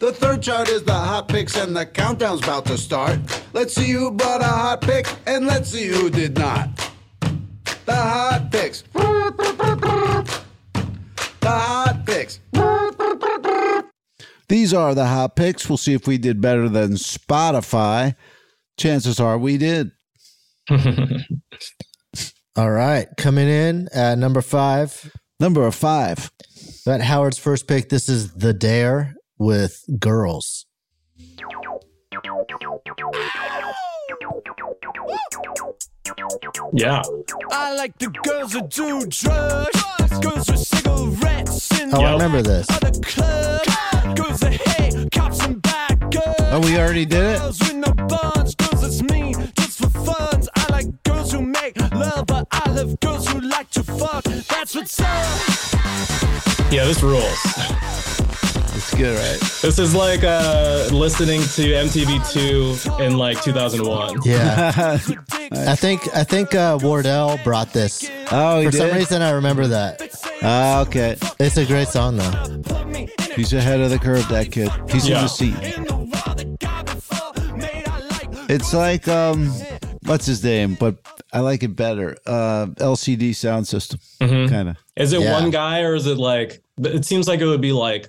Speaker 3: The third chart is the hot picks, and the countdown's about to start.
Speaker 2: Let's see who brought a hot pick, and let's see who did not. The hot picks. The hot picks.
Speaker 3: These are the hot picks. We'll see if we did better than Spotify. Chances are we did.
Speaker 4: All right, coming in at number five.
Speaker 3: Number five.
Speaker 4: That Howard's first pick. This is the Dare with girls.
Speaker 5: Yeah.
Speaker 2: I like the girls who do drugs, girls with cigarettes in
Speaker 4: Oh, I remember this.
Speaker 2: the club, girls that hate cops and bad girls.
Speaker 3: Oh, we already did it.
Speaker 2: Girls with no buns, girls that's mean just for funs. I like girls who make love, but I love girls who like to fuck. That's what's up.
Speaker 5: Yeah, this rules.
Speaker 3: It's good, right?
Speaker 5: This is like uh listening to MTV2 in like 2001.
Speaker 4: Yeah. I think I think uh, Wardell brought this.
Speaker 3: Oh, he
Speaker 4: for some
Speaker 3: did?
Speaker 4: reason I remember that.
Speaker 3: Ah, okay.
Speaker 4: It's a great song though.
Speaker 3: He's ahead of the curve, that kid. He's in
Speaker 4: Yeah.
Speaker 3: the seat. It's like um, what's his name? But I like it better. Uh, LCD sound system,
Speaker 5: Mm-hmm.
Speaker 3: kind of.
Speaker 5: Is it one guy or is it like it seems like it would be like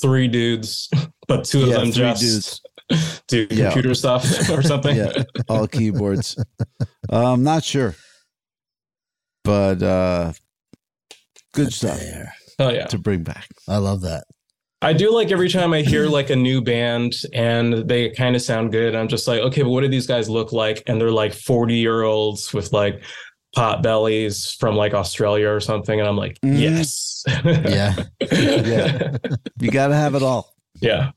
Speaker 5: three dudes, but two of
Speaker 3: Yeah,
Speaker 5: them
Speaker 3: three
Speaker 5: just
Speaker 3: dudes.
Speaker 5: do
Speaker 3: Yeah.
Speaker 5: computer stuff or something?
Speaker 3: Yeah, all keyboards. Uh, I'm not sure, but uh, good stuff
Speaker 5: Oh yeah.
Speaker 3: to bring back.
Speaker 4: I love that.
Speaker 5: I do like every time I hear like a new band and they kind of sound good. I'm just like, okay, but what do these guys look like? And they're like 40 year olds with like pot bellies from like Australia or something. And I'm like,
Speaker 3: Mhm.
Speaker 5: yes.
Speaker 4: Yeah.
Speaker 3: Yeah, you got to have it all.
Speaker 5: yeah.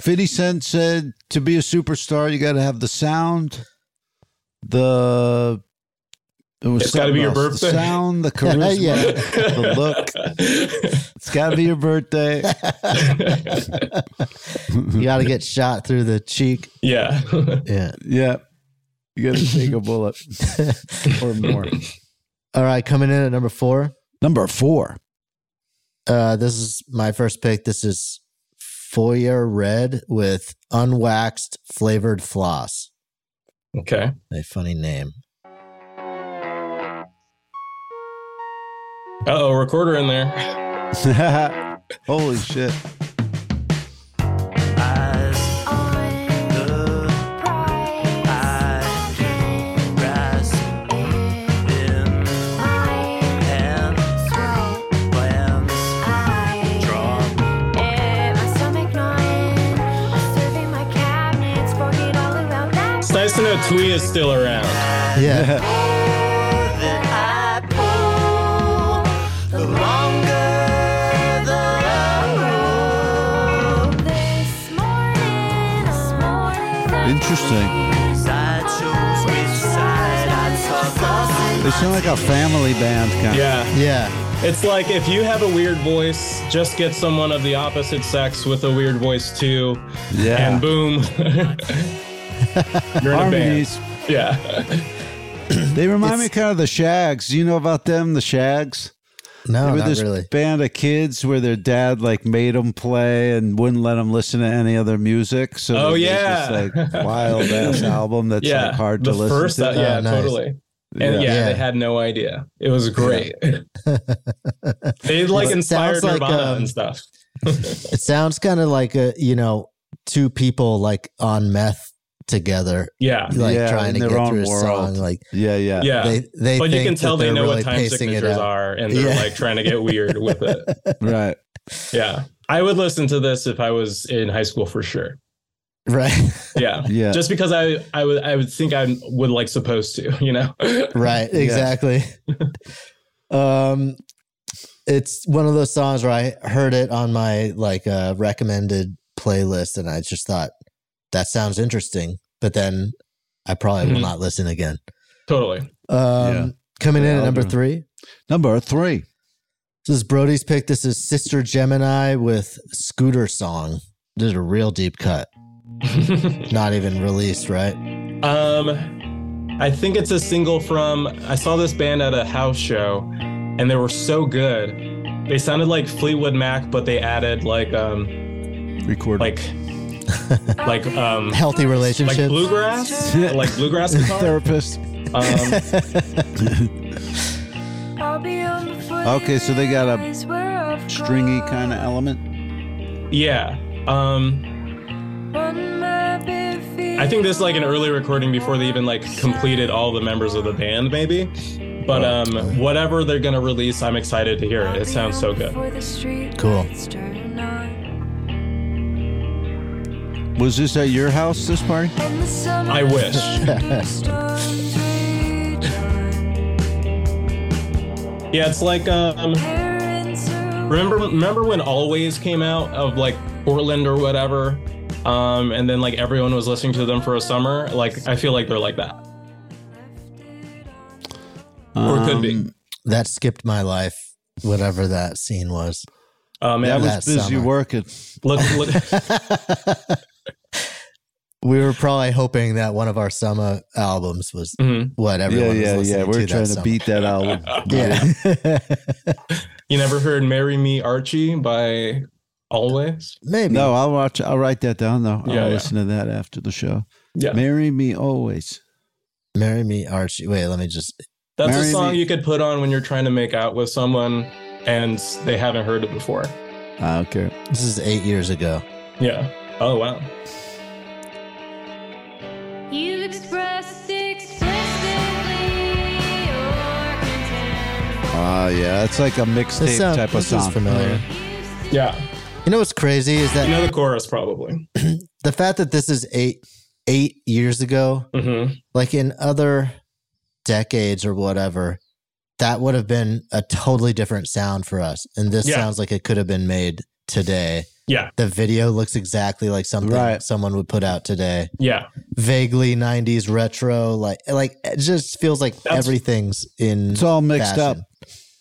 Speaker 3: Fifty Cent said, "To be a superstar, you got to have the sound, the." It was
Speaker 5: It's gotta be your
Speaker 3: something else. The
Speaker 5: birthday.
Speaker 3: sound, the charisma,
Speaker 5: Yeah.
Speaker 3: the look. It's got to be your birthday.
Speaker 4: You got to get shot through the cheek.
Speaker 5: Yeah.
Speaker 4: Yeah.
Speaker 3: Yeah. You got to take a bullet or more.
Speaker 4: All right, coming in at number four.
Speaker 3: Number four.
Speaker 4: Uh, this is my first pick. This is Foyer Red with unwaxed flavored floss.
Speaker 5: Okay.
Speaker 4: A funny name.
Speaker 5: Uh oh, recorder in there.
Speaker 3: Holy shit.
Speaker 5: It's nice to know Twee is still around.
Speaker 4: Yeah.
Speaker 3: Interesting. They sound like a family band kind
Speaker 5: Yeah.
Speaker 4: Yeah.
Speaker 5: It's like if you have a weird voice, just get someone of the opposite sex with a weird voice too.
Speaker 3: Yeah.
Speaker 5: And boom. You're in a band.
Speaker 3: Harmonies.
Speaker 5: Yeah.
Speaker 3: They remind me kind of the Shags. You know about them, the Shags?
Speaker 4: No,
Speaker 3: They were
Speaker 4: Oh, not
Speaker 3: this
Speaker 4: really.
Speaker 3: band of kids where their dad like made them play and wouldn't let them listen to any other music. So
Speaker 5: Oh,
Speaker 3: they made
Speaker 5: yeah.
Speaker 3: this, like wild ass album that's
Speaker 5: yeah.
Speaker 3: like hard to
Speaker 5: the
Speaker 3: listen
Speaker 5: first,
Speaker 3: to.
Speaker 5: uh, yeah,
Speaker 4: Oh, nice.
Speaker 5: totally. And yeah.
Speaker 3: Yeah.
Speaker 5: they had no idea. It was great. they like
Speaker 4: It
Speaker 5: inspired
Speaker 4: sounds like,
Speaker 5: Nirvana
Speaker 4: um,
Speaker 5: and stuff.
Speaker 4: It sounds kind of like a you know two people like on meth together,
Speaker 5: Yeah.
Speaker 4: like
Speaker 3: Yeah,
Speaker 4: trying
Speaker 3: in
Speaker 4: to get
Speaker 3: their own
Speaker 4: through a
Speaker 3: world.
Speaker 4: song. Like
Speaker 3: yeah, yeah,
Speaker 5: Yeah.
Speaker 4: they they
Speaker 5: but you
Speaker 4: think
Speaker 5: can
Speaker 4: that
Speaker 5: tell they
Speaker 4: they're
Speaker 5: know
Speaker 4: really
Speaker 5: what time
Speaker 4: pacing it
Speaker 5: signatures
Speaker 4: out.
Speaker 5: are and they're
Speaker 4: Yeah.
Speaker 5: like trying to get weird with it.
Speaker 3: right.
Speaker 5: Yeah. I would listen to this if I was in high school for sure.
Speaker 4: right,
Speaker 5: Yeah.
Speaker 3: Yeah.
Speaker 5: Just because I I would I would think I would like supposed to, you know.
Speaker 4: right, exactly. um, it's one of those songs where I heard it on my like uh, recommended playlist, and I just thought that sounds interesting, but then I probably will
Speaker 5: Mhm.
Speaker 4: not listen again.
Speaker 5: totally.
Speaker 4: Um,
Speaker 3: Mm-hmm. Yeah.
Speaker 4: coming in
Speaker 3: Yeah,
Speaker 4: at
Speaker 3: I'll
Speaker 4: number
Speaker 3: do it.
Speaker 4: three.
Speaker 3: Number three.
Speaker 4: This is Brody's pick. This is Sister Gemini with Scooter Song. This is a real deep cut. Not even released, right?
Speaker 5: Um, I think it's a single from. I saw this band at a house show, and they were so good. They sounded like Fleetwood Mac, but they added like um
Speaker 3: Record.
Speaker 5: like like um
Speaker 4: Healthy
Speaker 5: like
Speaker 4: relationship.
Speaker 5: bluegrass like bluegrass guitar.
Speaker 3: therapist.
Speaker 5: Um,
Speaker 3: Okay, so they got a stringy kind of element.
Speaker 5: yeah. Um, I think this is like an early recording before they even like completed all the members of the band, maybe. But um, whatever they're gonna release, I'm excited to hear it. It sounds so good.
Speaker 4: Cool.
Speaker 3: Was this at your house this party?
Speaker 5: I wish. Yeah, it's like um remember remember when Always came out of like Portland or whatever? Um and then like everyone was listening to them for a summer? Like I feel like they're like that. Or could
Speaker 3: Um,
Speaker 5: be.
Speaker 4: That skipped my life, whatever that scene was.
Speaker 5: Oh
Speaker 3: I
Speaker 4: that
Speaker 5: man,
Speaker 3: was busy
Speaker 4: summer.
Speaker 3: working.
Speaker 5: look look
Speaker 4: We were probably hoping that one of our summer albums was
Speaker 5: Mhm.
Speaker 4: what everyone
Speaker 3: yeah, yeah,
Speaker 4: was listening
Speaker 3: yeah.
Speaker 4: to.
Speaker 3: We're
Speaker 4: that
Speaker 3: trying to
Speaker 4: summer.
Speaker 3: beat that album.
Speaker 4: Yeah.
Speaker 5: you never heard Marry Me Archie by Always?
Speaker 4: Maybe.
Speaker 3: No, I'll watch. I'll write that down though.
Speaker 5: Yeah,
Speaker 3: I'll
Speaker 5: yeah.
Speaker 3: listen to that after the show.
Speaker 5: Yeah.
Speaker 3: Marry me always.
Speaker 4: Marry Me, Archie. Wait, let me just.
Speaker 5: That's
Speaker 3: Marry
Speaker 5: a song
Speaker 3: Me-
Speaker 5: you could put on when you're trying to make out with someone and they haven't heard it before.
Speaker 3: I don't care.
Speaker 4: This is eight years ago.
Speaker 5: Yeah. Oh wow.
Speaker 13: You expressed explicitly your contempt.
Speaker 3: Ah, yeah, it's like a mixtape
Speaker 4: This, sound,
Speaker 3: type of
Speaker 4: this
Speaker 3: song.
Speaker 4: is familiar.
Speaker 5: Yeah.
Speaker 4: You know what's crazy is that
Speaker 5: You know the chorus probably.
Speaker 4: the fact that this is eight eight years ago,
Speaker 5: hmm
Speaker 4: like in other decades or whatever, that would have been a totally different sound for us. And this
Speaker 5: Yeah.
Speaker 4: sounds like it could have been made today.
Speaker 5: Yeah.
Speaker 4: The video looks exactly like something someone would put out today.
Speaker 5: Yeah.
Speaker 4: Vaguely 90s retro like like it just feels like everything's in It's
Speaker 3: all mixed up.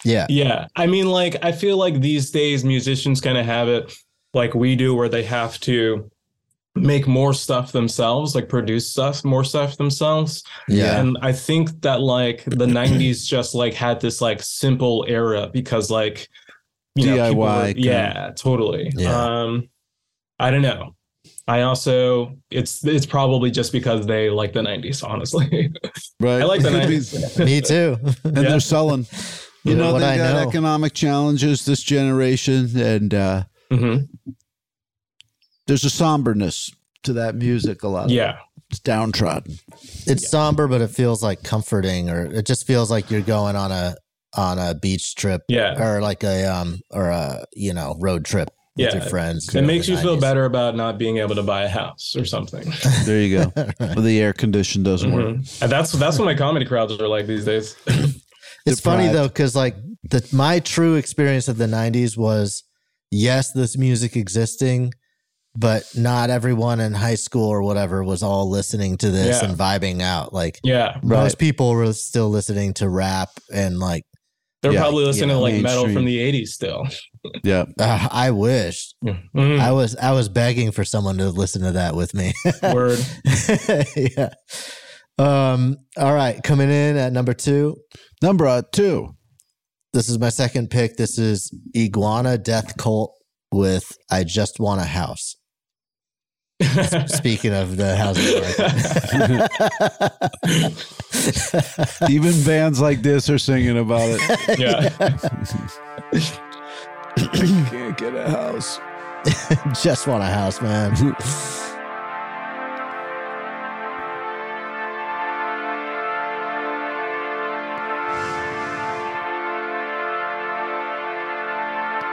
Speaker 4: Yeah.
Speaker 5: Yeah. I mean, like, I feel like these days musicians kind of have it like we do, where they have to make more stuff themselves, like produce stuff, more stuff themselves.
Speaker 4: Yeah.
Speaker 5: And I think that like the 90s just like had this like simple era because like, you know,
Speaker 3: DIY
Speaker 5: people were-
Speaker 3: kind of-
Speaker 5: yeah, totally.
Speaker 3: Yeah.
Speaker 5: Um, I don't know. I also it's it's probably just because they like the 90s, honestly.
Speaker 3: Right.
Speaker 5: I like the 90s.
Speaker 4: Me too.
Speaker 3: and they're selling. You
Speaker 4: Yeah,
Speaker 3: know,
Speaker 4: what
Speaker 3: they
Speaker 4: I
Speaker 3: got
Speaker 4: know.
Speaker 3: economic challenges this generation, and uh,
Speaker 5: Mm-hmm.
Speaker 3: there's a somberness to that music a lot.
Speaker 5: Yeah.
Speaker 3: It's downtrodden.
Speaker 4: It's somber but it feels like comforting or it just feels like you're going on a on a beach trip
Speaker 5: Yeah.
Speaker 4: or like a um or a you know road trip with your friends.
Speaker 5: It makes you
Speaker 4: feel.
Speaker 5: feel better about not being able to buy a house or something.
Speaker 3: There you go. Well, the air condition doesn't work.
Speaker 5: Mhm. And that's that's what my comedy crowds are like these days.
Speaker 4: It's funny though, because like the my true experience of the '90s was, yes, this music existing, but not everyone in high school or whatever was all listening to this
Speaker 5: Yeah.
Speaker 4: and vibing out. Like,
Speaker 5: Yeah.
Speaker 4: most people were still listening to rap and like
Speaker 5: They're
Speaker 4: yeah,
Speaker 5: probably
Speaker 4: you
Speaker 5: listening
Speaker 4: know,
Speaker 5: to like metal
Speaker 4: mainstream.
Speaker 5: from the 80s still. Mm-hmm.
Speaker 3: Yeah,
Speaker 4: Uh, I wish.
Speaker 5: Mhm.
Speaker 4: I was I was begging for someone to listen to that with me.
Speaker 5: Word.
Speaker 4: yeah. Um. All right. Coming in at number two.
Speaker 3: Number uh, two.
Speaker 4: This is my second pick. This is Iguana Death Cult with "I Just Want a House." Speaking of the housing, market.
Speaker 3: Even bands like this are singing about it.
Speaker 12: I can't get a house.
Speaker 4: just want a house, man.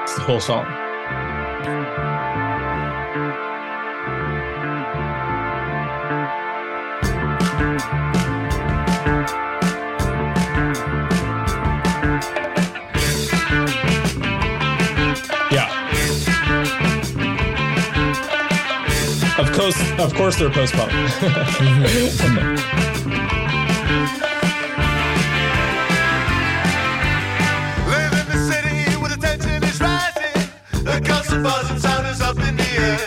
Speaker 5: It's the whole song. Yeah. Of course, of course, they're post punk.
Speaker 13: Live in the city where the tension is rising. The constant buzz and sound is up in the air.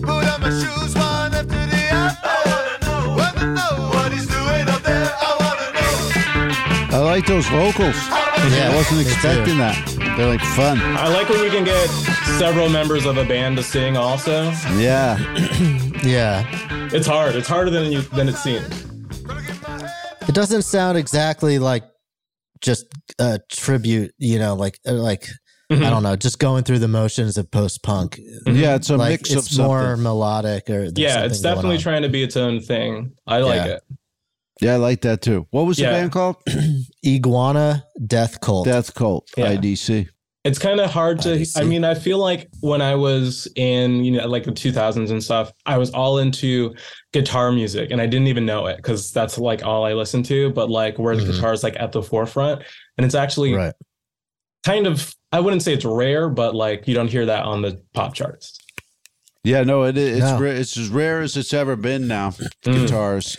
Speaker 13: Put on my shoes, one after the other. I wanna know, wanna know what he's doing up there. I wanna know.
Speaker 3: I like those vocals.
Speaker 13: Yeah,
Speaker 3: I wasn't
Speaker 13: me too.
Speaker 3: expecting that. They're like fun.
Speaker 5: I like when we can get several members of a band to sing. Also,
Speaker 3: Yeah.
Speaker 4: yeah.
Speaker 5: it's hard. It's harder than you than it seems.
Speaker 4: It doesn't sound exactly like just a tribute, you know, like uh, like I don't know, just going through the motions of post punk.
Speaker 3: Yeah, it's a
Speaker 4: like,
Speaker 3: mix of
Speaker 4: it's more
Speaker 3: something.
Speaker 4: melodic or there's
Speaker 5: Yeah, it's
Speaker 4: something going
Speaker 5: definitely
Speaker 4: on.
Speaker 5: trying to be its own thing. I like
Speaker 4: Yeah.
Speaker 5: it.
Speaker 3: Yeah, I like that too. What was
Speaker 5: Yeah.
Speaker 3: the band called?
Speaker 4: Iguana Death Cult.
Speaker 3: Death Cult, IDC.
Speaker 5: It's kind of hard to. I mean, I feel like when I was in, you know, like the 2000s and stuff, I was all into guitar music and I didn't even know it because that's like all I listened to. But like where the
Speaker 4: Mhm.
Speaker 5: guitar is like at the forefront. And it's actually
Speaker 4: Right.
Speaker 5: kind of, I wouldn't say it's rare, but like you don't hear that on the pop charts.
Speaker 3: Yeah, no, it is. It's,
Speaker 4: No.
Speaker 3: rare, it's as rare as it's ever been now. Guitars.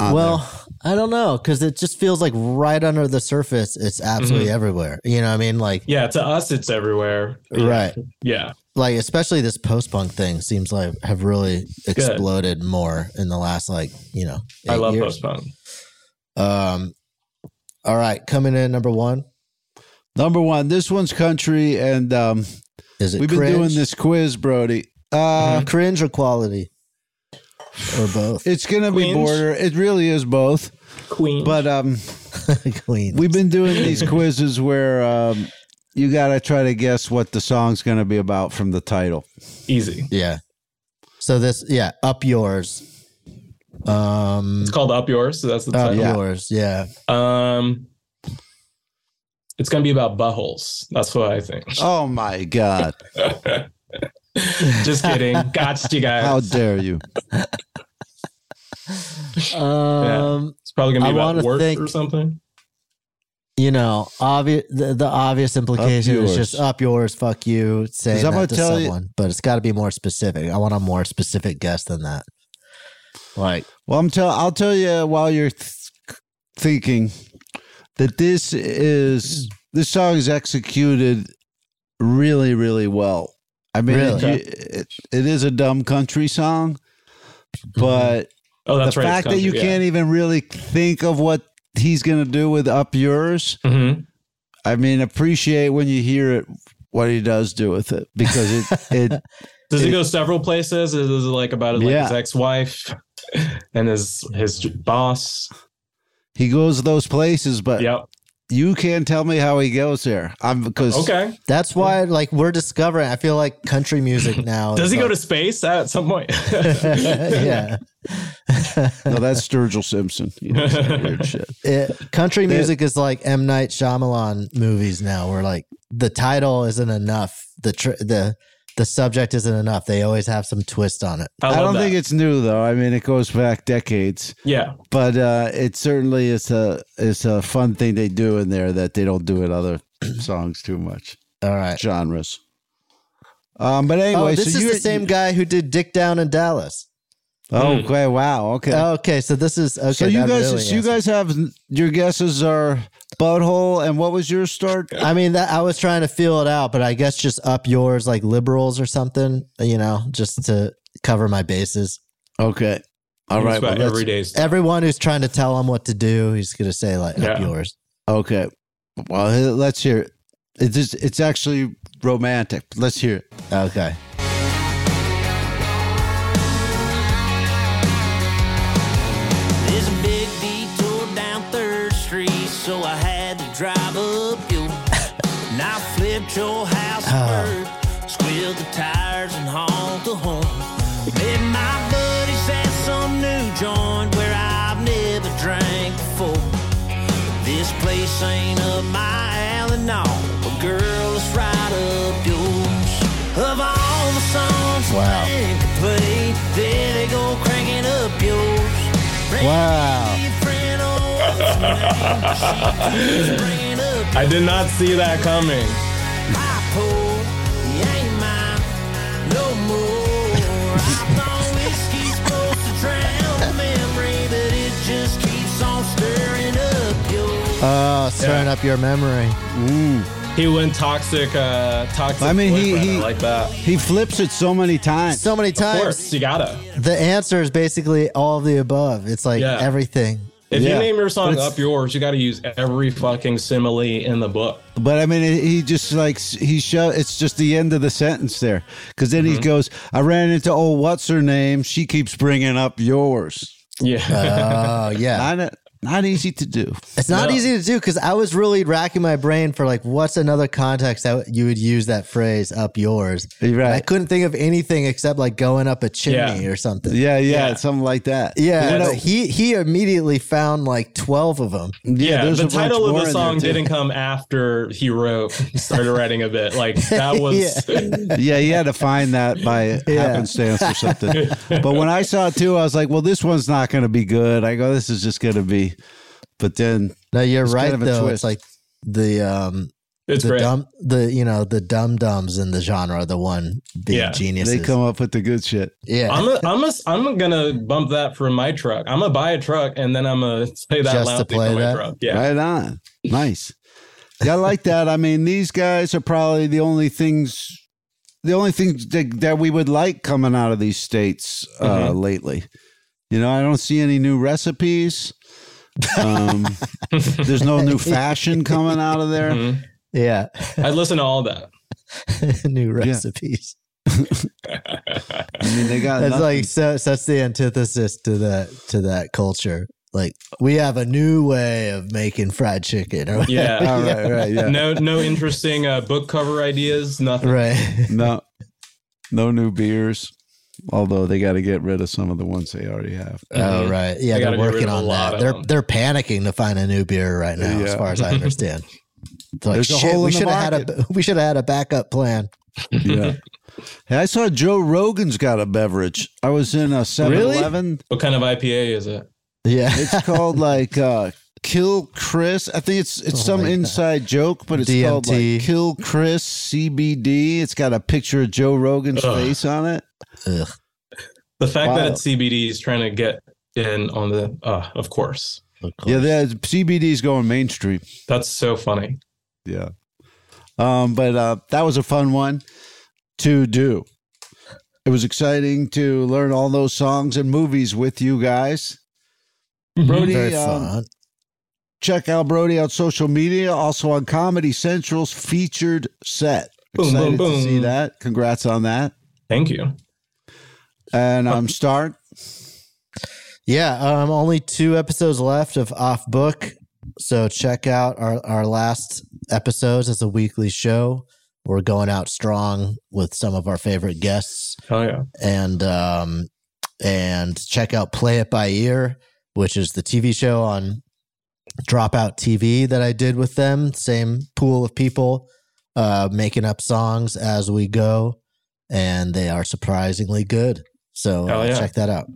Speaker 3: on
Speaker 4: well,
Speaker 3: there.
Speaker 4: I don't know because it just feels like right under the surface, it's absolutely
Speaker 5: Mhm.
Speaker 4: everywhere. You know, what I mean, like
Speaker 5: Yeah, to us, it's everywhere. Yeah.
Speaker 4: Right.
Speaker 5: Yeah.
Speaker 4: like especially this post punk thing seems like have really exploded more in the last like you know.
Speaker 5: I
Speaker 4: eight
Speaker 5: love
Speaker 4: years.
Speaker 5: post punk.
Speaker 4: Um, all right, coming in number one.
Speaker 3: Number one, this one's country, and um,
Speaker 4: Is it
Speaker 3: we've been
Speaker 4: cringe?
Speaker 3: doing this quiz, Brody. Uh,
Speaker 4: Cringe or quality, or both?
Speaker 3: It's gonna be
Speaker 4: Queens?
Speaker 3: border. It really is both.
Speaker 5: Queen,
Speaker 3: but um,
Speaker 4: Queen.
Speaker 3: we've been doing these quizzes where um, you gotta try to guess what the song's gonna be about from the title.
Speaker 5: Easy.
Speaker 4: Yeah. So this, yeah, up yours. Um,
Speaker 5: It's called Up Yours. So that's the
Speaker 4: up
Speaker 5: title.
Speaker 4: yours. Um, Yeah.
Speaker 5: Um, it's gonna be about buttholes. That's what I think.
Speaker 3: Oh my god!
Speaker 5: Just kidding. Gotcha, you guys.
Speaker 3: How dare you?
Speaker 4: Um,
Speaker 5: It's probably gonna
Speaker 4: I
Speaker 5: be about
Speaker 4: wanna
Speaker 5: work
Speaker 4: think-
Speaker 5: or something.
Speaker 4: you know, obvious the, the obvious implication is
Speaker 3: yours.
Speaker 4: just up yours, fuck you, saying
Speaker 3: 'Cause I'm
Speaker 4: that
Speaker 3: gonna
Speaker 4: to
Speaker 3: tell you-
Speaker 4: someone. but it's got to be more specific. I want a more specific guess than that. Like,
Speaker 3: well, I'm tell I'll tell you while you're th- thinking that this is this song is executed really, really well. I mean,
Speaker 4: Really?
Speaker 3: you- it, it is a dumb country song, but
Speaker 5: Oh, that's
Speaker 3: the
Speaker 5: right, it's
Speaker 3: fact that you
Speaker 5: country, yeah.
Speaker 3: can't even really think of what he's gonna do with "Up Yours,"
Speaker 5: Mm-hmm.
Speaker 3: I mean, appreciate when you hear it what he does do with it because it it
Speaker 5: Does
Speaker 3: it-
Speaker 5: he go several places? Is is it like about like
Speaker 3: Yeah.
Speaker 5: his ex-wife and his his boss?
Speaker 3: He goes those places, but
Speaker 5: Yep.
Speaker 3: you can tell me how he goes there. I'm because
Speaker 4: That's why, like, we're discovering. I feel like country music now.
Speaker 5: Does
Speaker 4: is
Speaker 5: he go
Speaker 4: like-
Speaker 5: to space at some point?
Speaker 4: yeah,
Speaker 3: No, that's Sturgill Simpson. You know, it's that weird shit.
Speaker 4: It- country
Speaker 3: They-
Speaker 4: music is like M Night Shyamalan movies now, where like the title isn't enough, the tr- the the subject isn't enough. They always have some twist on it.
Speaker 3: I, don't think it's new though. I mean, it goes back decades.
Speaker 5: Yeah.
Speaker 3: but uh, it certainly is a is a fun thing they do in there that they don't do in other songs too much.
Speaker 4: All right,
Speaker 3: genres. Um, but anyway,
Speaker 4: oh, this
Speaker 3: so
Speaker 4: is
Speaker 3: you're-
Speaker 4: the same guy who did Dick Down in Dallas.
Speaker 3: Oh, okay, wow, okay.
Speaker 4: Okay, so this is okay.
Speaker 3: so you
Speaker 4: that
Speaker 3: guys,
Speaker 4: really
Speaker 3: so you guys have your guesses are butthole, and what was your start?
Speaker 4: I mean, that I was trying to feel it out, but I guess just up yours, like liberals or something, you know, just to cover my bases.
Speaker 3: Okay. All right, well, that's-
Speaker 4: Everyone who's trying to tell him what to do, he's going to say, like, up
Speaker 3: Yeah.
Speaker 4: yours.
Speaker 3: Okay. Well, h- let's hear it. It's just, it's actually romantic. Let's hear it.
Speaker 4: Okay.
Speaker 14: There's a big detour down Third Street, so I had to drive up you. and I flipped your house bird, squealed the tires and hauled the horn. Met my buddies at some new joint where I've never drank before. This place ain't up my alley, no, but girl, it's right up yours. Of all the songs
Speaker 4: Wow.
Speaker 14: I could play, there they go cranking up yours.
Speaker 4: Wow.
Speaker 5: I did not see that coming.
Speaker 4: Oh, it's stirring up your memory.
Speaker 5: He went toxic. Uh, toxic.
Speaker 3: I mean, he,
Speaker 5: boyfriend.
Speaker 3: he,
Speaker 5: I like that.
Speaker 3: he flips it so many times.
Speaker 4: So many
Speaker 5: Of
Speaker 4: times.
Speaker 5: course, you gotta.
Speaker 4: The answer is basically all of the above. It's like
Speaker 5: Yeah.
Speaker 4: everything.
Speaker 5: If you name your
Speaker 3: But
Speaker 5: song
Speaker 3: it's-
Speaker 5: "Up Yours," you got to use every fucking simile in the book.
Speaker 3: But I mean, it- he just like, s- he shut, it's just the end of the sentence there. Cause then he
Speaker 5: Mhm.
Speaker 3: goes, I ran into old what's her name. She keeps bringing up yours.
Speaker 5: Yeah.
Speaker 4: Oh, yeah.
Speaker 3: Not, a- not easy to do.
Speaker 4: It's not
Speaker 3: No.
Speaker 4: easy to do because I was really racking my brain for like what's another context that you would use that phrase up yours.
Speaker 3: Right.
Speaker 4: I couldn't think of anything except like going up a chimney
Speaker 3: Yeah.
Speaker 4: or something.
Speaker 3: Yeah, yeah. Something like that.
Speaker 4: Yeah,
Speaker 3: You know,
Speaker 4: but he he immediately found like twelve of them.
Speaker 5: Yeah,
Speaker 3: there's a
Speaker 5: the
Speaker 3: bunch
Speaker 5: title
Speaker 3: more
Speaker 5: of
Speaker 3: in
Speaker 5: the
Speaker 3: there,
Speaker 5: song
Speaker 3: too.
Speaker 5: didn't come after he wrote, started writing a bit. Like that was
Speaker 3: yeah, he had to find that by happenstance or something. But when I saw it too, I was like, well, this one's not going to be good. I go, this is just going to be. But then,
Speaker 4: No, you're
Speaker 3: It's
Speaker 4: right
Speaker 3: kind of a
Speaker 4: though. It's
Speaker 3: twist.
Speaker 4: like the um
Speaker 5: It's
Speaker 4: the
Speaker 5: great.
Speaker 4: dumb the you know the dum dums in the genre, the one being
Speaker 5: Yeah. They
Speaker 4: geniuses.
Speaker 3: they come up with the good shit.
Speaker 4: yeah.
Speaker 5: I'm a, I'm a, I'm gonna bump that for my truck. I'm gonna buy a truck and then I'm gonna play that
Speaker 4: Just to
Speaker 5: loudly
Speaker 4: play
Speaker 5: for my
Speaker 4: that?
Speaker 5: truck. Yeah,
Speaker 3: Right on. Nice. Yeah, I like that. I mean, these guys are probably the only things, the only things that, that we would like coming out of these states uh,
Speaker 5: Mhm.
Speaker 3: lately. You know, I don't see any new recipes. Um, there's no new fashion coming out of there.
Speaker 5: Mhm.
Speaker 4: yeah.
Speaker 5: I'd listen to all that.
Speaker 4: New recipes.
Speaker 3: I mean, they got
Speaker 4: That's
Speaker 3: nothing.
Speaker 4: like so such the antithesis to that to that culture. Like we have a new way of making fried chicken. Or
Speaker 5: Yeah,
Speaker 4: whatever.
Speaker 5: No, no interesting uh, book cover ideas. Nothing.
Speaker 4: Right.
Speaker 3: no, no new beers. Although they got to get rid of some of the ones they already have.
Speaker 4: Oh right. Yeah,
Speaker 5: They
Speaker 4: they are
Speaker 5: gotta get rid
Speaker 4: working
Speaker 5: of a
Speaker 4: on
Speaker 5: lot
Speaker 4: that.
Speaker 5: of
Speaker 4: They're
Speaker 5: them.
Speaker 4: they're panicking to find a new beer right now, as
Speaker 3: Yeah.
Speaker 4: far as I understand. It's like,
Speaker 3: There's a
Speaker 4: shit,
Speaker 3: hole
Speaker 4: we
Speaker 3: in the
Speaker 4: should have had a we should have had a backup plan.
Speaker 3: Yeah. Hey, I saw Joe Rogan's got a beverage. I was in a 7 Eleven.
Speaker 5: What kind of IPA is it?
Speaker 4: Yeah.
Speaker 3: It's called like uh Kill Chris. I think it's
Speaker 5: Oh
Speaker 3: it's some inside joke, but it's called like
Speaker 4: DMT.
Speaker 3: Kill Chris CBD. It's got a picture of Joe Rogan's
Speaker 5: Ugh.
Speaker 3: face on it.
Speaker 4: Ugh.
Speaker 5: The fact that
Speaker 3: Wow.
Speaker 5: it's CBD is trying to get in on the, uh, of course.
Speaker 3: Yeah, that CBD's going mainstream.
Speaker 5: That's so funny.
Speaker 3: Yeah. Um, but uh, that was a fun one to do. It was exciting to learn all those songs and movies with you guys.
Speaker 5: Mm-hmm.
Speaker 3: Brody,
Speaker 4: Very
Speaker 3: um,
Speaker 4: fun.
Speaker 3: check out Brody on social media, also on Comedy Central's featured set.
Speaker 5: Boom, boom,
Speaker 3: Excited to see
Speaker 5: boom.
Speaker 3: that. Congrats on that.
Speaker 5: Thank you.
Speaker 3: And
Speaker 5: Uh,
Speaker 3: I'm Start.
Speaker 4: Yeah, um, only two episodes left of Off Book. So check out our, our last episodes as a weekly show. We're going out strong with some of our favorite guests.
Speaker 5: Oh yeah.
Speaker 4: And um, and check out Play It By Ear, which is the TV show on Dropout TV that I did with them. Same pool of people uh, making up songs as we go, and they are surprisingly good. So
Speaker 3: Hell
Speaker 4: uh,
Speaker 3: yeah.
Speaker 4: check that out.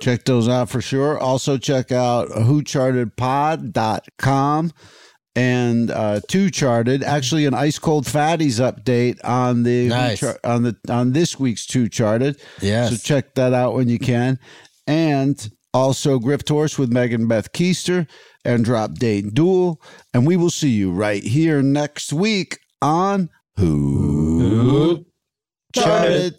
Speaker 3: Check those out for sure. Also, check out whochartedpod.com and uh, two charted. Actually, an ice cold fatties update on the Who
Speaker 4: Nice.
Speaker 3: Char- on the on this week's two charted.
Speaker 4: Yes.
Speaker 3: So check that out when you can. And also Gripped Horse with Megan Beth Keister and Drop Date Duel. And we will see you right here next week on Who Charted.